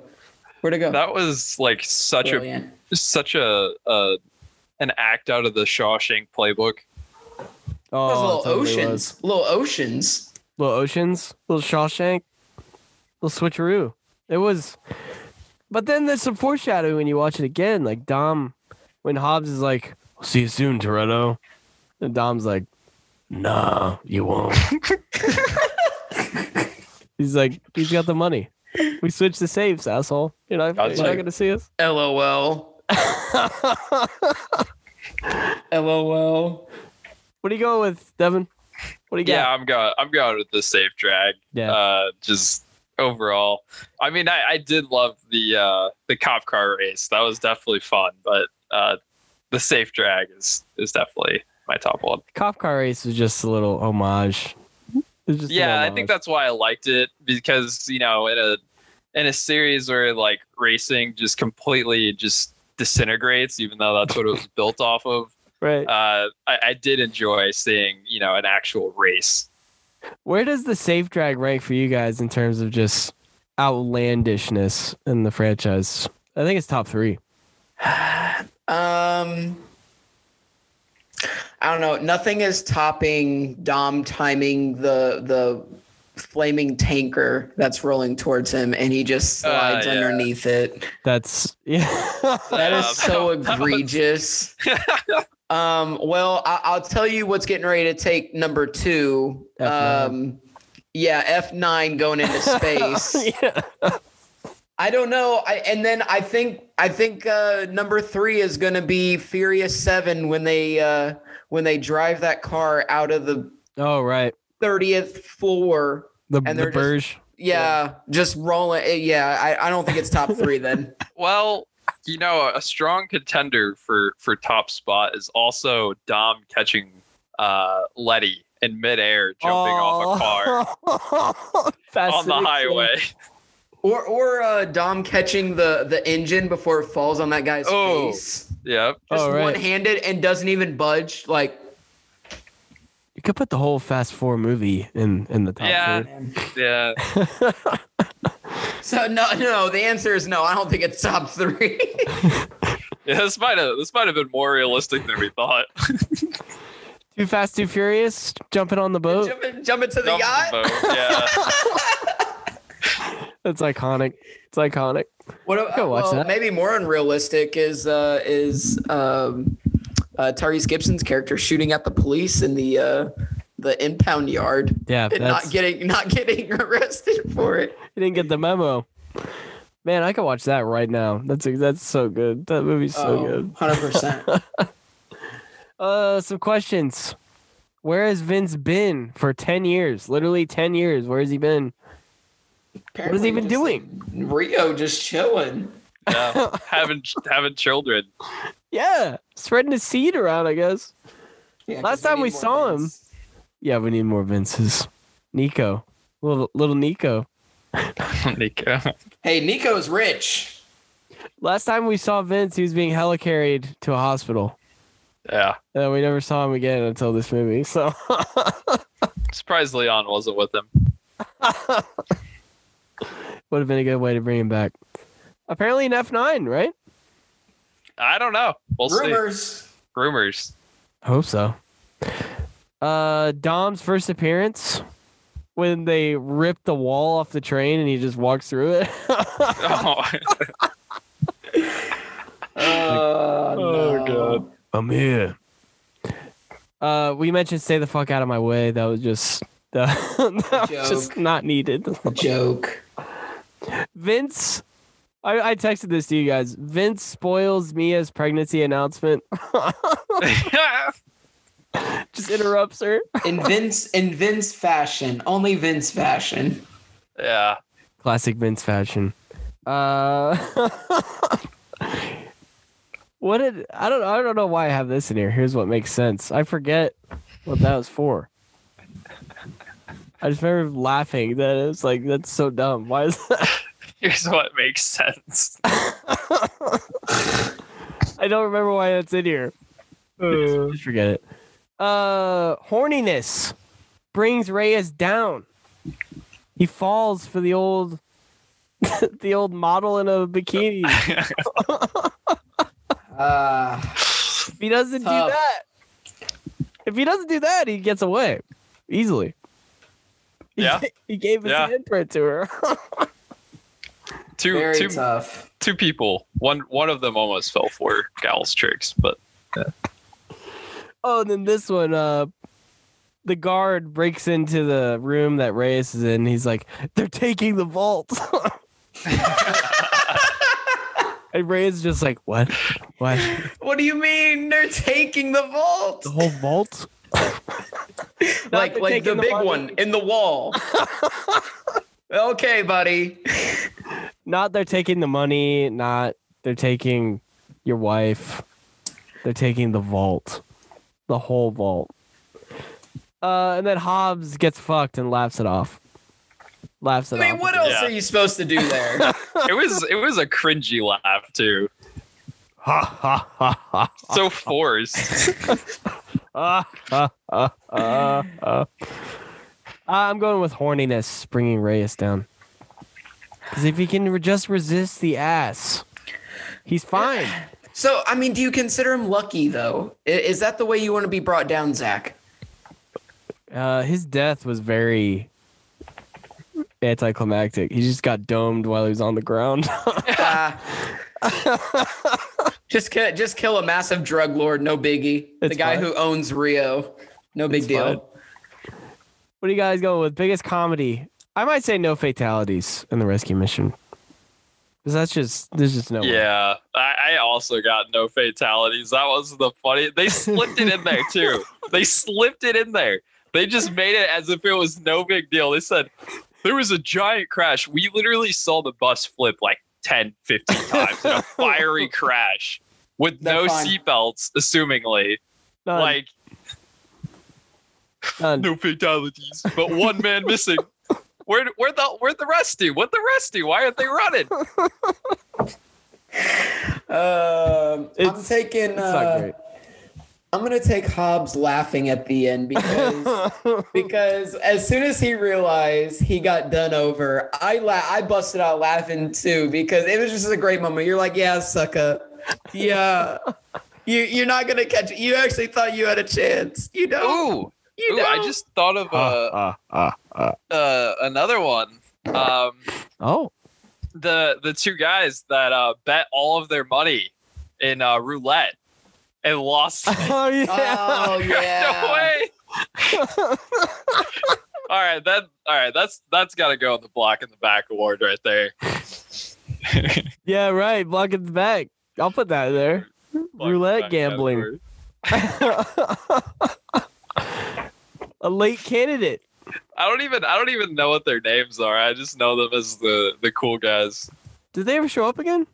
S3: Where'd it go?
S4: that was like such a
S3: Brilliant.
S4: such a uh, an act out of the Shawshank playbook.
S2: Oh,
S3: Those little
S2: totally was.
S3: oceans, little oceans.
S2: little oceans, little Shawshank, little switcheroo. It was, but then there's some foreshadowing when you watch it again. Like Dom, when Hobbs is like, "See you soon, Toretto," and Dom's like, "Nah, you won't." he's like, he's got the money. We switched the saves, asshole. You're not,
S4: That's
S2: you're not
S4: like-
S2: gonna see us.
S3: LOL. LOL.
S2: What do you go with, Devin? What do you
S4: Yeah,
S2: got?
S4: I'm going. I'm going with the safe drag.
S2: Yeah.
S4: Uh, just overall, I mean, I, I did love the uh, the cop car race. That was definitely fun, but uh, the safe drag is is definitely my top one.
S2: Cop car race was just a little homage It's just an
S4: yeah i
S2: homage.
S4: think that's why i liked it because you know in a in a series where like racing just completely just disintegrates even though that's what it was built off of
S2: right.
S4: uh I, I did enjoy seeing you know an actual race
S2: Where does the safe drag rank for you guys in terms of just outlandishness in the franchise? I think it's top three.
S3: Um, I don't know. Nothing is topping Dom timing the the flaming tanker that's rolling towards him, and he just
S4: Uh,
S3: slides
S4: yeah.
S3: underneath it.
S2: That's yeah.
S3: That is
S4: Um,
S3: so
S4: that was-
S3: egregious. um, well, I- I'll tell you what's getting ready to take number two.
S2: F9.
S3: Um, yeah, F nine going into space.
S2: yeah.
S3: I don't know. I and then I think I think uh, number three is going to be Furious Seven when they uh, when they drive that car out of the
S2: Oh right.
S3: thirtieth floor.
S2: The
S3: And
S2: the
S3: they're just-
S2: Burge.
S3: Yeah, just rolling. eh, Yeah, I, I don't think it's top three then.
S4: well you know a strong contender for for top spot is also dom catching uh letty in midair jumping
S2: Oh,
S4: off a car
S3: Oh.
S2: car
S4: on the highway
S3: Or or uh, Dom catching the the engine before it falls on that guy's
S4: Oh.
S3: face,
S4: yep
S3: just
S2: Oh, right.
S3: one handed and doesn't even budge. Like
S2: You could put the whole Fast Four movie in in the top
S4: Yeah.
S2: three.
S4: yeah
S3: so, no, no. The answer is no. I don't think it's top three.
S4: Yeah, this might have this might have been more realistic than we thought.
S2: Too Fast, Too Furious, jumping on the boat.
S3: jumping, jumping to the
S4: Dumb
S3: yacht.
S4: boat, Yeah.
S2: That's iconic. It's iconic.
S3: What uh,
S2: Go watch
S3: well,
S2: that.
S3: maybe more unrealistic is uh, is um, uh, Tyrese Gibson's character shooting at the police in the uh, the impound yard
S2: Yeah,
S3: and
S2: that's,
S3: not getting not getting arrested for it.
S2: you didn't get the memo. Man, I could watch that right now. That's that's so good. That movie's so
S3: Oh.
S2: good.
S3: hundred percent.
S2: Uh, some questions. Where has Vince been for ten years? Literally ten years. Where has he been? What is he been doing?
S3: Rio just chilling.
S4: yeah. having having children.
S2: Yeah, spreading his seed around, I guess.
S3: Yeah,
S2: Last 'cause we time we need more saw him- Vince. Yeah, we need more Vinces. Nico, little little Nico.
S4: Nico.
S3: Hey, Nico's rich.
S2: Last time we saw Vince, he was being helicarried to a hospital.
S4: Yeah.
S2: And we never saw him again until this movie. So
S4: Surprised Leon wasn't with him.
S2: would have been a good way to bring him back. Apparently an F9, right?
S4: I don't know. We'll see.
S3: Rumors.
S4: Rumors.
S2: Hope so. Uh, Dom's first appearance when they rip the wall off the train and he just walks through it.
S4: Oh,
S3: Uh, oh
S4: God.
S2: I'm here. Uh, we mentioned "Stay the fuck out of my way." That was just that, that was just
S3: Joke.
S2: not needed.
S3: Joke.
S2: Vince, I, I texted this to you guys. Vince spoils Mia's pregnancy announcement. just interrupts her.
S3: In Vince in Vince fashion. Only Vince fashion.
S4: yeah.
S2: Classic Vince fashion. Uh, what did I don't I don't know why I have this in here. Here's what makes sense. I forget what that was for. I just remember laughing that it was like that's so dumb. Why is that?
S4: Here's what makes sense.
S2: I don't remember why that's in here. Just forget it. Uh, horniness brings Reyes down. He falls for the old, the old model in a bikini.
S3: Uh,
S2: If he doesn't do
S3: Tough.
S2: that, if he doesn't do that, he gets away easily. He
S4: Yeah.
S2: ga- he gave his
S4: Yeah.
S2: handprint to her.
S4: two
S3: very
S4: two
S3: tough.
S4: two people. One one of them almost fell for Gal's tricks, but
S2: oh, and then this one, uh, the guard breaks into the room that Reyes is in. He's like, "They're taking the vault." and Reyes is just like, "What? What?
S3: What do you mean they're taking the vault?
S2: The whole vault?"
S3: Like
S2: they're
S3: like the
S2: taking the
S3: big
S2: money.
S3: one in the wall. okay, buddy.
S2: Not they're taking the money. Not they're taking your wife. They're taking the vault, the whole vault. Uh, and then Hobbs gets fucked and laughs it off. Laughs it
S3: I mean,
S2: off.
S3: what else
S4: Yeah.
S3: are you supposed to do there?
S4: It was it was a cringy laugh too.
S2: Ha ha ha ha.
S4: So forced.
S2: Ah, ah, ah, ah, ah. I'm going with horniness, bringing Reyes down. Because if he can re- just resist the ass, he's fine.
S3: so, I mean, do you consider him lucky though? I- Is that the way you want to be brought down, Zach?
S2: Uh, his death was very anticlimactic. He just got domed while he was on the ground.
S3: Uh, just kill, just kill a massive drug lord, no biggie. the
S2: It's
S3: guy
S2: fine.
S3: who owns Rio, no big
S2: It's
S3: deal.
S2: fine. what do you guys go with? Biggest comedy? I might say no fatalities in the rescue mission. Because that's just, there's just no way.
S4: yeah. I, I also got no fatalities. That was the funny they slipped it in there too. They slipped it in there. They just made it as if it was no big deal. They said there was a giant crash. We literally saw the bus flip like 10, 15 times in a fiery crash with
S3: They're
S4: no
S3: fine.
S4: seatbelts, assumingly.
S2: None,
S4: Like
S2: none.
S4: no fatalities, but one man missing. Where where the where the rest do? What the rest do? Why aren't they running?
S3: Um, I'm
S2: It's-
S3: taking.
S2: It's
S3: uh,
S2: not great.
S3: I'm gonna take Hobbs laughing at the end because because as soon as he realized he got done over, I la- I busted out laughing too because it was just a great moment. You're like, yeah, sucker, yeah. You, you're not gonna catch it. You actually thought you had a chance. You don't.
S4: Ooh,
S3: you
S4: ooh, I
S3: don't.
S4: just thought of uh,
S2: Ah, ah, ah, ah.
S4: uh, another one. Um,
S2: Oh.
S4: the the two guys that uh, bet all of their money in uh, roulette and lost.
S2: Oh yeah.
S3: Oh yeah.
S4: no way. all right, that all right. That's that's got to go on the block in the back award right there.
S2: yeah, right. Block at the back. I'll put that there.
S4: Block in the
S2: Roulette
S4: back
S2: gambling.
S4: category.
S2: A late candidate.
S4: I don't even I don't even know what their names are. I just know them as the the cool guys.
S2: Did they ever show up again?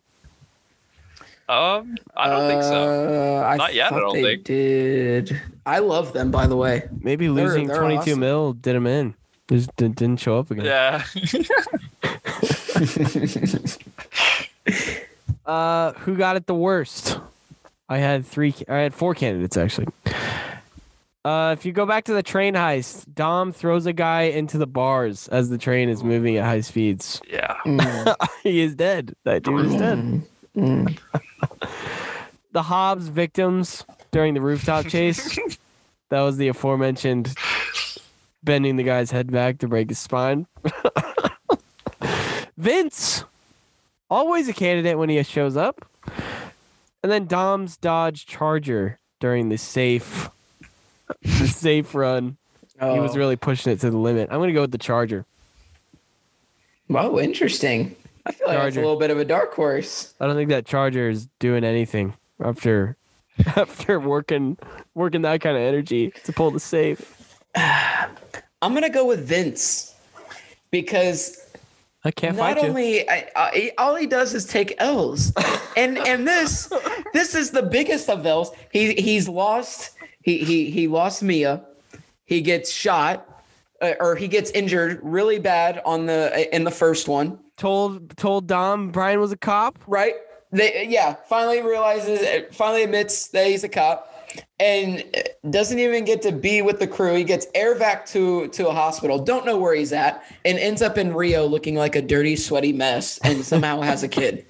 S4: Um, I don't think so.
S3: Uh, I
S4: Not yet, I
S3: thought
S4: don't
S3: they
S4: think.
S3: Did I love them? By the way,
S2: Maybe
S3: They're-
S2: losing
S3: they're
S2: 22
S3: awesome.
S2: mil did him in. Just did, didn't show up again.
S4: Yeah.
S2: Uh, who got it the worst? I had three. I had four candidates actually. Uh, if you go back to the train heist, Dom throws a guy into the bars as the train is moving at high speeds.
S4: yeah.
S3: Mm,
S2: he is dead. That dude is dead.
S3: mm, mm.
S2: the Hobbs victims during the rooftop chase. that was the aforementioned bending the guy's head back to break his spine. Vince, always a candidate when he shows up. And then Dom's Dodge Charger during the safe the safe run. He was
S3: Oh.
S2: really pushing it to the limit. I'm going to go with the Charger.
S3: Oh, interesting. I feel like it's
S2: Charger.
S3: a little bit of a dark horse.
S2: I don't think that Charger is doing anything after after working working that kind of energy to pull the safe.
S3: I'm gonna go with Vince because
S2: I can't
S3: not
S2: fight
S3: only I, I, all he does is take L's, and and this this is the biggest of L's. He he's lost. He he he lost Mia. He gets shot. uh, Or he gets injured really bad on the in the first one,
S2: you. Told told Dom Brian was a cop.
S3: right? They yeah, finally realizes, eh, finally admits that he's a cop, and eh, doesn't even get to be with the crew. He gets air vac to to a hospital. Don't know where he's at, and ends up in Rio looking like a dirty, sweaty mess, and somehow has a kid,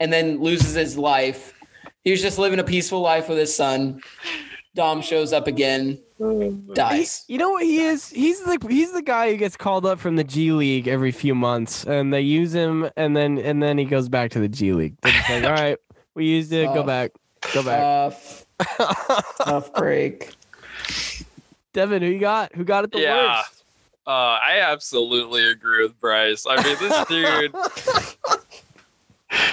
S3: and then loses his life. He was just living a peaceful life with his son. Dom shows up again, dies.
S2: You know what he is? He's the he's the guy who gets called up from the G League every few months, and they use him, and then and then he goes back to the G League. They're just like, all right, we used it. Go
S3: Oh. Uh.
S2: back, go back.
S3: Tough, tough break.
S2: Devin, who you got? Who got it the
S4: Yeah.
S2: worst?
S4: Uh, I absolutely agree with Bryce. I mean, this dude,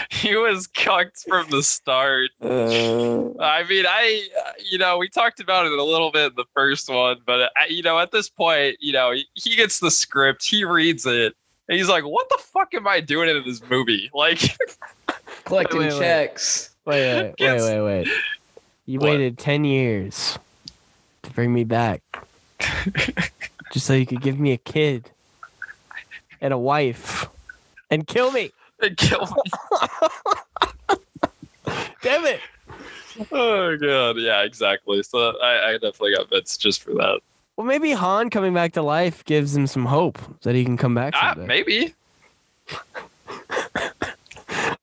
S4: he was cucked from the start.
S2: Uh,
S4: I mean, I, you know, we talked about it a little bit in the first one, but uh, I, you know, at this point, you know, he, he gets the script, he reads it, and he's like, "What the fuck am I doing in this movie?" Like,
S3: Collecting
S2: Wait, wait, wait.
S3: checks.
S2: Wait, wait, wait,
S4: Yes.
S2: wait, wait. You
S4: What?
S2: waited ten years to bring me back. just so you could give me a kid and a wife and kill me.
S4: It killed me.
S2: Damn it.
S4: Oh god, yeah, exactly. So I, I definitely got bits just for that.
S2: Well, maybe Han coming back to life gives him some hope that he can come back.
S4: Ah,
S2: someday.
S4: maybe.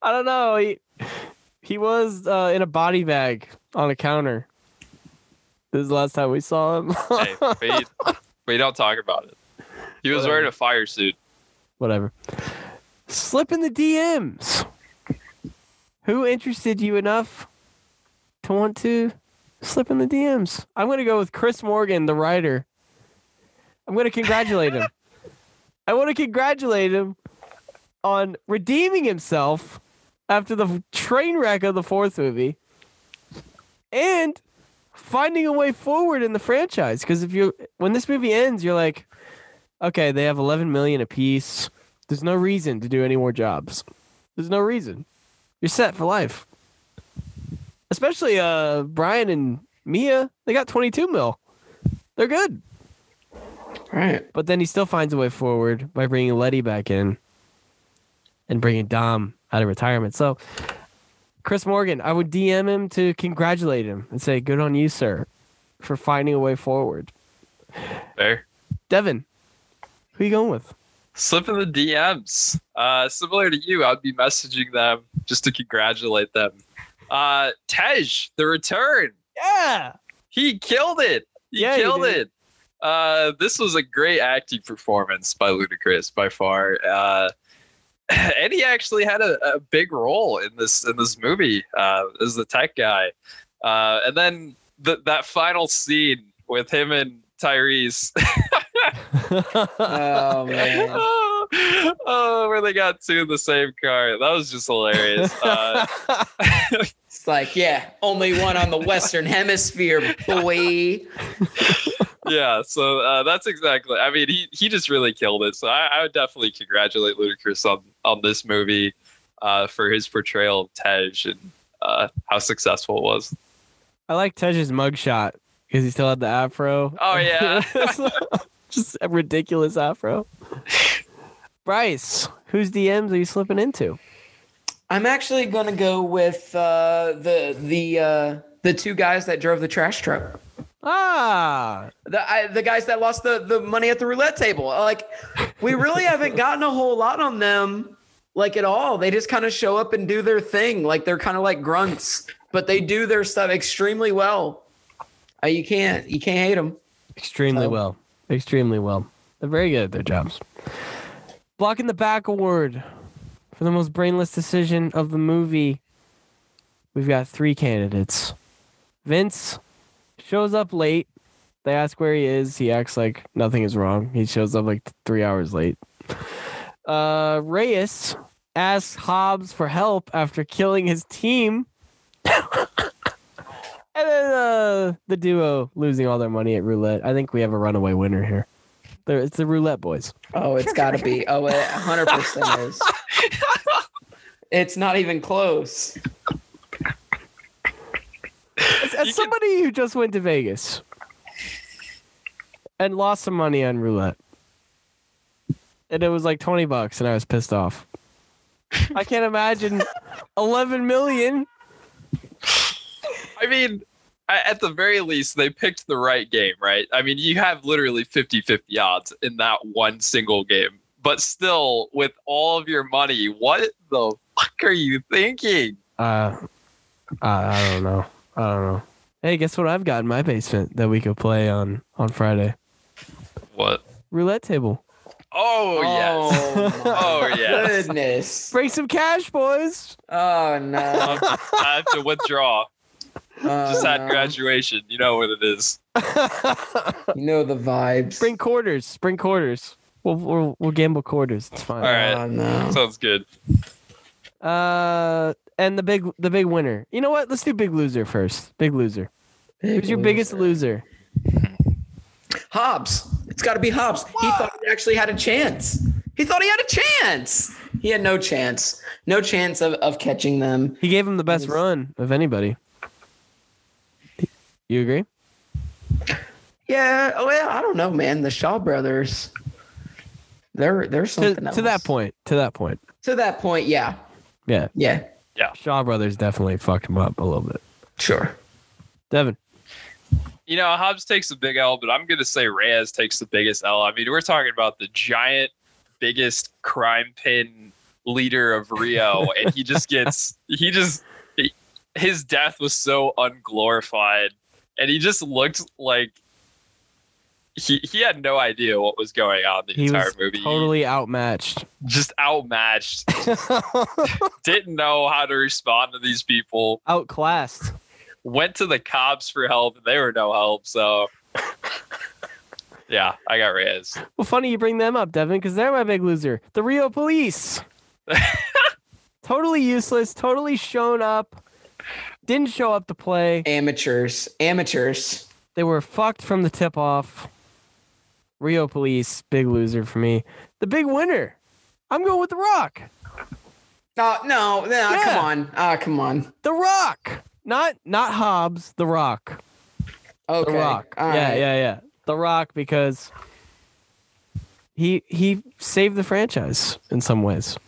S2: I don't know. He, he was uh, in a body bag on a counter. This is the last time we saw him.
S4: Hey, we, we don't talk about it. He was
S2: Whatever.
S4: wearing a fire suit.
S2: Whatever. Slip in the DMs. Who interested you enough to want to slip in the DMs? I'm going to go with Chris Morgan, the writer. I'm going to congratulate him. I want to congratulate him on redeeming himself after the train wreck of the fourth movie and finding a way forward in the franchise. Because if you, when this movie ends, you're like, okay, they have 11 million apiece. There's no reason to do any more jobs. There's no reason. You're set for life. Especially uh, Brian and Mia, they got 22 mil. They're good.
S3: Right.
S2: But then he still finds a way forward by bringing Letty back in and bringing Dom out of retirement. So, Chris Morgan, I would DM him to congratulate him and say, Good on you, sir, for finding a way forward.
S4: Fair.
S2: Devin, who you going with?
S4: Slip in the DMs. Uh, similar to you, I'd be messaging them just to congratulate them. Uh, Tej, the return.
S2: Yeah.
S4: He killed it. He
S2: Yeah, he
S4: killed
S2: did.
S4: it. Uh, this was a great acting performance by Ludacris by far. Uh, and he actually had a, a big role in this in this movie uh, as the tech guy. Uh, and then th- that final scene with him and Tyrese
S3: Oh man.
S4: oh, oh, where they got two in the same car. That was just hilarious. Uh,
S3: It's like, yeah, only one on the Western Hemisphere, boy.
S4: yeah, so uh, that's exactly. I mean, he he just really killed it. So I, I would definitely congratulate Ludacris on on this movie uh, for his portrayal of Tej and uh, how successful it was.
S2: I like Tej's mugshot because he still had the afro.
S4: Oh, yeah.
S2: just a ridiculous afro. Bryce, whose DMs are you slipping into?
S3: I'm actually gonna go with uh, the the uh, the two guys that drove the trash truck.
S2: Ah,
S3: The I, the guys that lost the the money at the roulette table. Like, we really haven't gotten a whole lot on them, like at all. They just kind of show up and do their thing. Like they're kind of like grunts, but they do their stuff extremely well. Uh, you can't you can't hate them.
S2: extremely
S3: So-
S2: well. Extremely well. They're very good at their jobs. Blocking the back award for the most brainless decision of the movie. We've got three candidates. Vince shows up late. They ask where he is. He acts like nothing is wrong. He shows up like three hours late. Uh, Reyes asks Hobbs for help after killing his team. and then uh, the duo losing all their money at roulette. I think we have a runaway winner here. There, it's the roulette boys.
S3: Oh, it's got to be. Oh, it 100% is. It's not even close.
S2: As, as
S4: You can-
S2: somebody who just went to Vegas and lost some money on roulette, and it was like 20 bucks, and I was pissed off. I can't imagine 11 million.
S4: I mean, I, at the very least, they picked the right game, right? I mean, you have literally 50 50 odds in that one single game, but still, with all of your money, what the fuck are you thinking?
S2: Uh, I, I don't know. I don't know. Hey, guess what I've got in my basement that we could play on on Friday?
S4: What?
S2: Roulette table.
S4: Oh, yes.
S3: Oh, my
S4: Oh, yes.
S3: goodness.
S2: Bring some cash, boys.
S3: Oh, no.
S4: Um, I have to withdraw.
S3: Oh,
S4: Just had
S3: no.
S4: graduation. You know what it is.
S3: You know the vibes.
S2: Bring quarters. Bring quarters. We'll we'll, we'll gamble quarters. It's fine.
S4: All right.
S3: Oh, no.
S4: Sounds good.
S2: Uh, and the big the big winner. You know what? Let's do big loser first. Big loser. Who's your biggest loser?
S3: Hobbs. It's got to be Hobbs. He thought he actually had a chance. He thought he had a chance. He had no chance. No chance of, of catching them.
S2: He gave him the best
S3: Yes.
S2: run of anybody. You agree?
S3: Yeah, oh, well, I don't know, man. The Shaw brothers, they're they're
S2: To,
S3: something else.
S2: to that point. To that point.
S3: To that point, yeah,
S2: Yeah.
S3: yeah,
S2: Shaw Brothers definitely fucked him up a little bit.
S3: sure.
S2: Devin.
S4: You know, Hobbs takes the big L, but I'm gonna say Reyes takes the biggest L. I mean, we're talking about the giant, biggest crime pin leader of Rio, and he just gets he just he- his death was so unglorified, and he just looked like he he had no idea what was going on the
S2: He
S4: entire
S2: was
S4: movie. He
S2: totally outmatched.
S4: just outmatched, didn't know how to respond to these people.
S2: Outclassed.
S4: Went to the cops for help, and they were no help. So. Yeah, I got Reyes.
S2: Well, funny you bring them up, Devin, because they're my big loser. The Rio police. totally useless, totally shown up, didn't show up to play.
S3: Amateurs, amateurs.
S2: They were fucked from the tip off. Rio police, big loser for me. The big winner. I'm going with The Rock.
S3: Oh no, no,
S2: Yeah.
S3: come on, ah, come on.
S2: The Rock. Not not Hobbs, The Rock.
S3: Okay,
S2: The Rock.
S3: all
S2: yeah,
S3: right.
S2: yeah, yeah. The Rock because he he saved the franchise in some ways.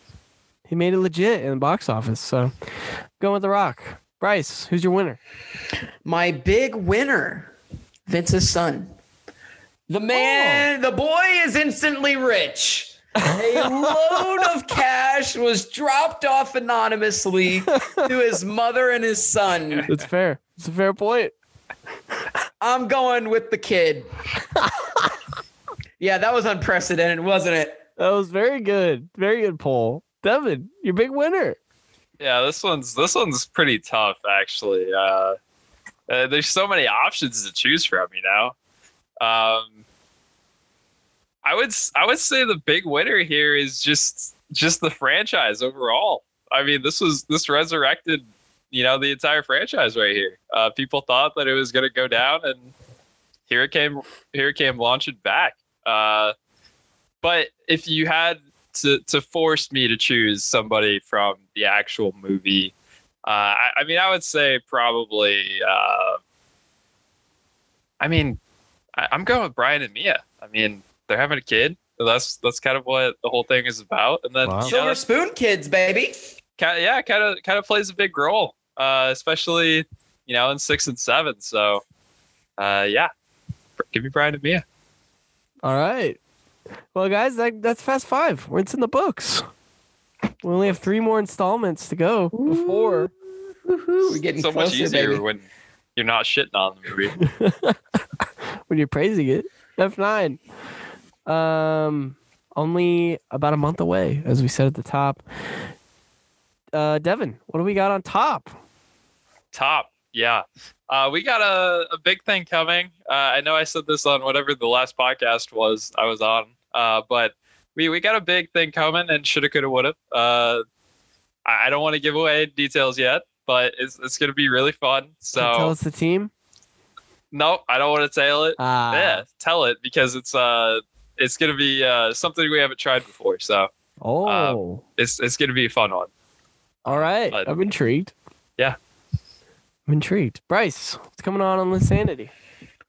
S2: He made it legit in the box office. So going with The Rock. Bryce, who's your winner?
S3: My big winner, Vince's son. The
S2: Oh.
S3: man, the boy is instantly rich. A load of cash was dropped off anonymously to his mother and his son.
S2: That's fair. It's a fair point.
S3: I'm going with the kid. yeah, that was unprecedented, wasn't it?
S2: That was very good. Very good poll. Devin, your big winner.
S4: Yeah, this one's this one's pretty tough actually. Uh, uh, there's so many options to choose from, you know. Um, I would s- I would say the big winner here is just just the franchise overall. I mean, this was this resurrected, you know, the entire franchise right here. Uh, people thought that it was going to go down, and here it came. Here it came, launching back. Uh, but if you had to to force me to choose somebody from the actual movie. Uh, I, I mean, I would say probably. Uh, I mean, I, I'm going with Brian and Mia. I mean, they're having a kid. So that's that's kind of what the whole thing is about. And then,
S2: Wow.
S4: you know,
S3: Silver
S4: that's
S3: Spoon Kids, baby.
S4: kind of, yeah, kind of kind of plays a big role, uh, especially you know in six and seven. So, uh, yeah, give me Brian and Mia.
S2: All right. Well, guys, that, that's Fast Five. We're- It's in the books. We only have three more installments to go before.
S3: Woo-hoo, We're getting
S4: so
S3: closer,
S4: much easier
S3: baby.
S4: when you're not shitting on the movie.
S2: when you're praising it. F9. Um, only about a month away, as we said at the top. Uh, Devin, what do we got on top?
S4: top yeah uh, we got a, a big thing coming uh, i know i said this on whatever the last podcast was i was on uh, but we, we got a big thing coming and shoulda coulda woulda uh, i, I don't want to give away details yet but it's, it's going to be really fun
S2: Can you tell
S4: so
S2: us the team.
S4: no i don't want to tell it
S2: Ah,
S4: yeah tell it because it's uh it's going to be uh, something we haven't tried before so
S2: Oh,
S4: it's it's going to be a fun one
S2: all right.
S4: Um, but-
S2: I'm intrigued.
S4: Yeah.
S2: I'm intrigued. Bryce, what's coming on on Insanity?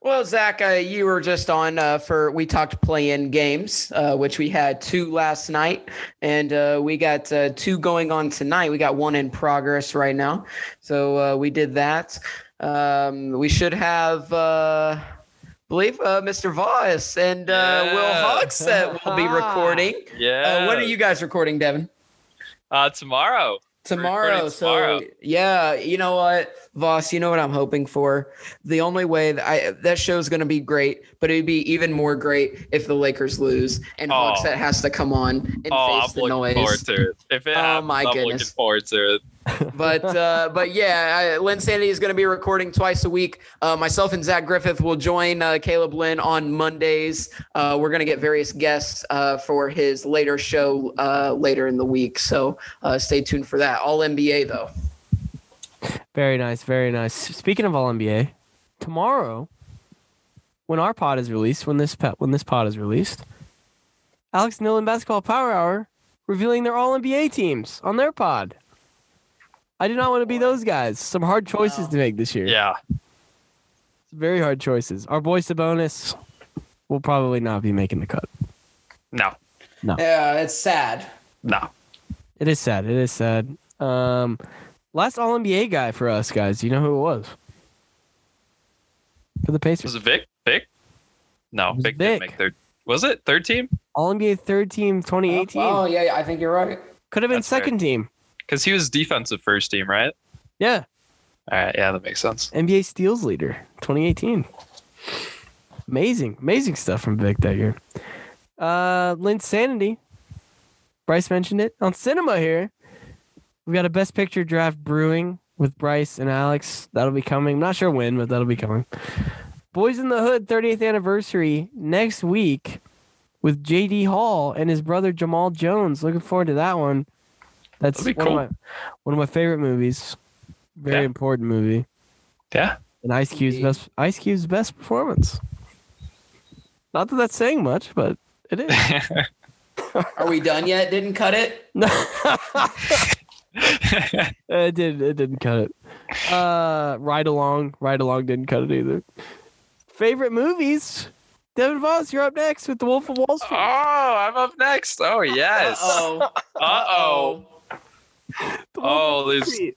S3: Well, Zach, uh, you were just on uh, for we talked play-in games, uh, which we had two last night, and uh, we got uh, two going on tonight. We got one in progress right now, so uh, we did that. Um, we should have, uh, believe, uh, Mr. Voss and uh, Will
S4: Yeah.
S3: Hogsett will be recording.
S4: yeah
S3: Uh, when are you guys recording, Devin?
S4: uh, tomorrow
S3: tomorrow.
S4: recording tomorrow.
S3: So yeah, you know what, Voss, you know what I'm hoping for. The only way that I that show's gonna be great, but it'd be even more great if the Lakers lose and
S4: Oh.
S3: Hogsett has to come on and face the noise.
S4: forward to it. If it
S3: Oh
S4: happens,
S3: my
S4: I'm looking
S3: goodness.
S4: forward to it.
S3: but uh, but yeah, I, Lynn Sanity is going to be recording twice a week. Uh, myself and Zach Griffith will join uh, Caleb Lynn on Mondays. Uh, we're going to get various guests uh, for his later show uh, later in the week. So uh, stay tuned for that. All NBA though.
S2: Very nice, very nice. Speaking of all NBA, tomorrow, when our pod is released, when this pe- when this pod is released, Alex Neil and Basketball Power Hour revealing their all NBA teams on their pod. I do not want to be those guys. Some hard choices
S3: Wow.
S2: to make this year.
S4: Yeah.
S2: Very hard choices. Our boy Sabonis will probably not be making the cut.
S4: No,
S3: Yeah, it's sad.
S4: no.
S2: It is sad. It is sad. Um, last All NBA guy for us guys. You know who it was? For the
S4: Was
S2: Pacers.
S4: it Vic? Vic? No,
S2: It was
S4: Vic, didn't
S2: Vic.
S4: make third. Was it third team?
S2: All NBA third team 2018.
S3: Oh yeah, yeah, I think you're right.
S2: Could have been
S4: That's
S2: second team.
S4: Because he was defensive first team, right?
S2: Yeah.
S4: All right, yeah, that makes sense.
S2: NBA steals leader 2018. Amazing. Amazing stuff from Vic that year. Uh, Sanity. Bryce mentioned it on cinema here. We got a best picture draft brewing with Bryce and Alex. That'll be coming. I'm not sure when, but that'll be coming. Boys in the Hood 30th anniversary next week with JD Hall and his brother Jamal Jones. Looking forward to that one. That's one
S4: That'll be
S2: of
S4: cool.
S2: my one of my favorite movies. Very
S4: Yeah.
S2: important movie.
S4: Yeah,
S2: And Ice Cube's
S3: Indeed.
S2: best Ice Cube's best performance. Not that that's saying much, but it is.
S4: Oh,
S3: Are we done yet? Didn't cut it.
S2: No. it did. It didn't cut it. Uh, ride along. Ride along didn't cut it either. Favorite movies. Devin Voss, you're up next with The Wolf of Wall
S4: oh,
S2: Street.
S4: I'm up next. Oh yes.
S3: Uh-oh.
S4: Uh oh.
S2: The Wolf of
S4: Oh,
S2: Wall
S4: there's
S2: Street.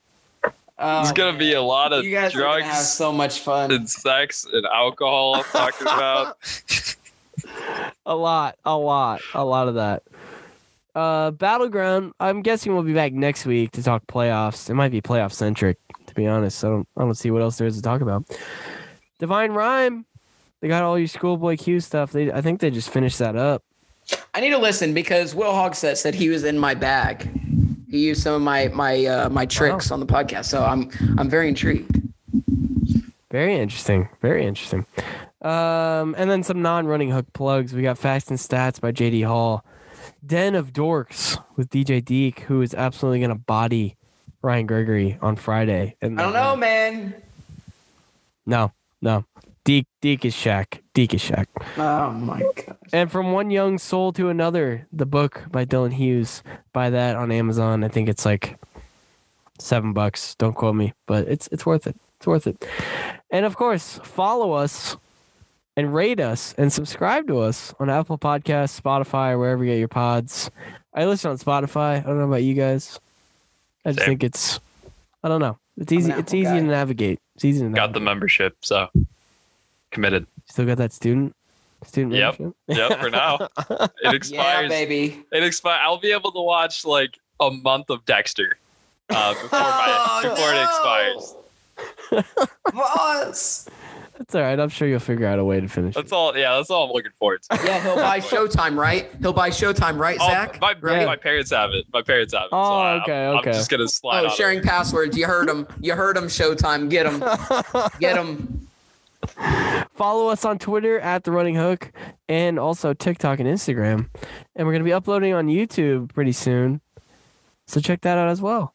S3: Oh,
S4: there's gonna be a lot of
S3: you guys are gonna have
S4: drugs
S3: so much fun.
S4: and sex and alcohol talking about.
S2: a lot, a lot, a lot of that. Uh, Battleground. I'm guessing we'll be back next week to talk playoffs. It might be playoff centric, to be honest. I don't, I don't see what else there is to talk about. Divine Rhyme. They got all your Schoolboy Q stuff. They, I think they just finished that up.
S3: I need to listen because Will Hogsett said he was in my bag. He used some of my my uh, my tricks on the podcast, so I'm I'm very intrigued.
S2: Very interesting. Very interesting. Um, and then some non-running hook plugs. We got Facts and Stats by JD Hall, Den of Dorks with DJ Deek, who is absolutely gonna body Ryan Gregory on Friday. And
S3: I don't know, man.
S2: No, no. Deek Deek is Shaq. Deek is Shaq.
S3: Oh my god.
S2: And from one young soul to another, the book by Dylan Hughes. Buy that on Amazon. I think it's like seven bucks. Don't quote me, but it's it's worth it. It's worth it. And of course, follow us and rate us and subscribe to us on Apple Podcasts, Spotify, or wherever you get your pods. I listen on Spotify. I don't know about you guys. I just
S4: Same.
S2: think it's I don't know. It's easy.
S3: an
S2: It's
S3: Apple
S2: easy
S3: guy.
S2: to navigate. It's easy to
S4: Got the
S2: navigate.
S4: membership, so committed.
S2: Still got that student student
S4: Yep.
S2: membership?
S4: Yep, for now it
S3: Yeah,
S4: expires.
S3: baby.
S4: it expires. I'll be able to watch like a month of Dexter uh, before
S3: Oh,
S4: my, before it expires.
S3: Boss.
S2: That's all right. I'm sure you'll figure out a way to finish.
S4: That's
S2: it.
S4: all. Yeah, that's all I'm looking forward to.
S3: Yeah, he'll buy Showtime, right? He'll buy Showtime, right,
S4: Oh,
S3: Zach?
S4: my,
S2: Right.
S4: my parents have it. My parents have it.
S2: Oh,
S4: so I, I'm-
S2: okay,
S4: I'm,
S2: okay.
S4: just gonna slide.
S3: Oh,
S4: on it.
S3: sharing passwords. You heard him. You heard him. Showtime. Get him. Get him.
S2: Follow us on Twitter at the Running Hook, and also TikTok and Instagram, and we're gonna be uploading on YouTube pretty soon. So check that out as well,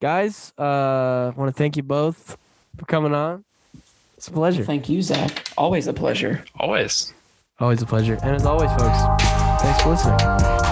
S2: guys. Uh, want to thank you both for coming on. It's a pleasure.
S3: Thank you, Zach. Always a pleasure.
S4: Always.
S2: Always a pleasure. And as always, folks, thanks for listening.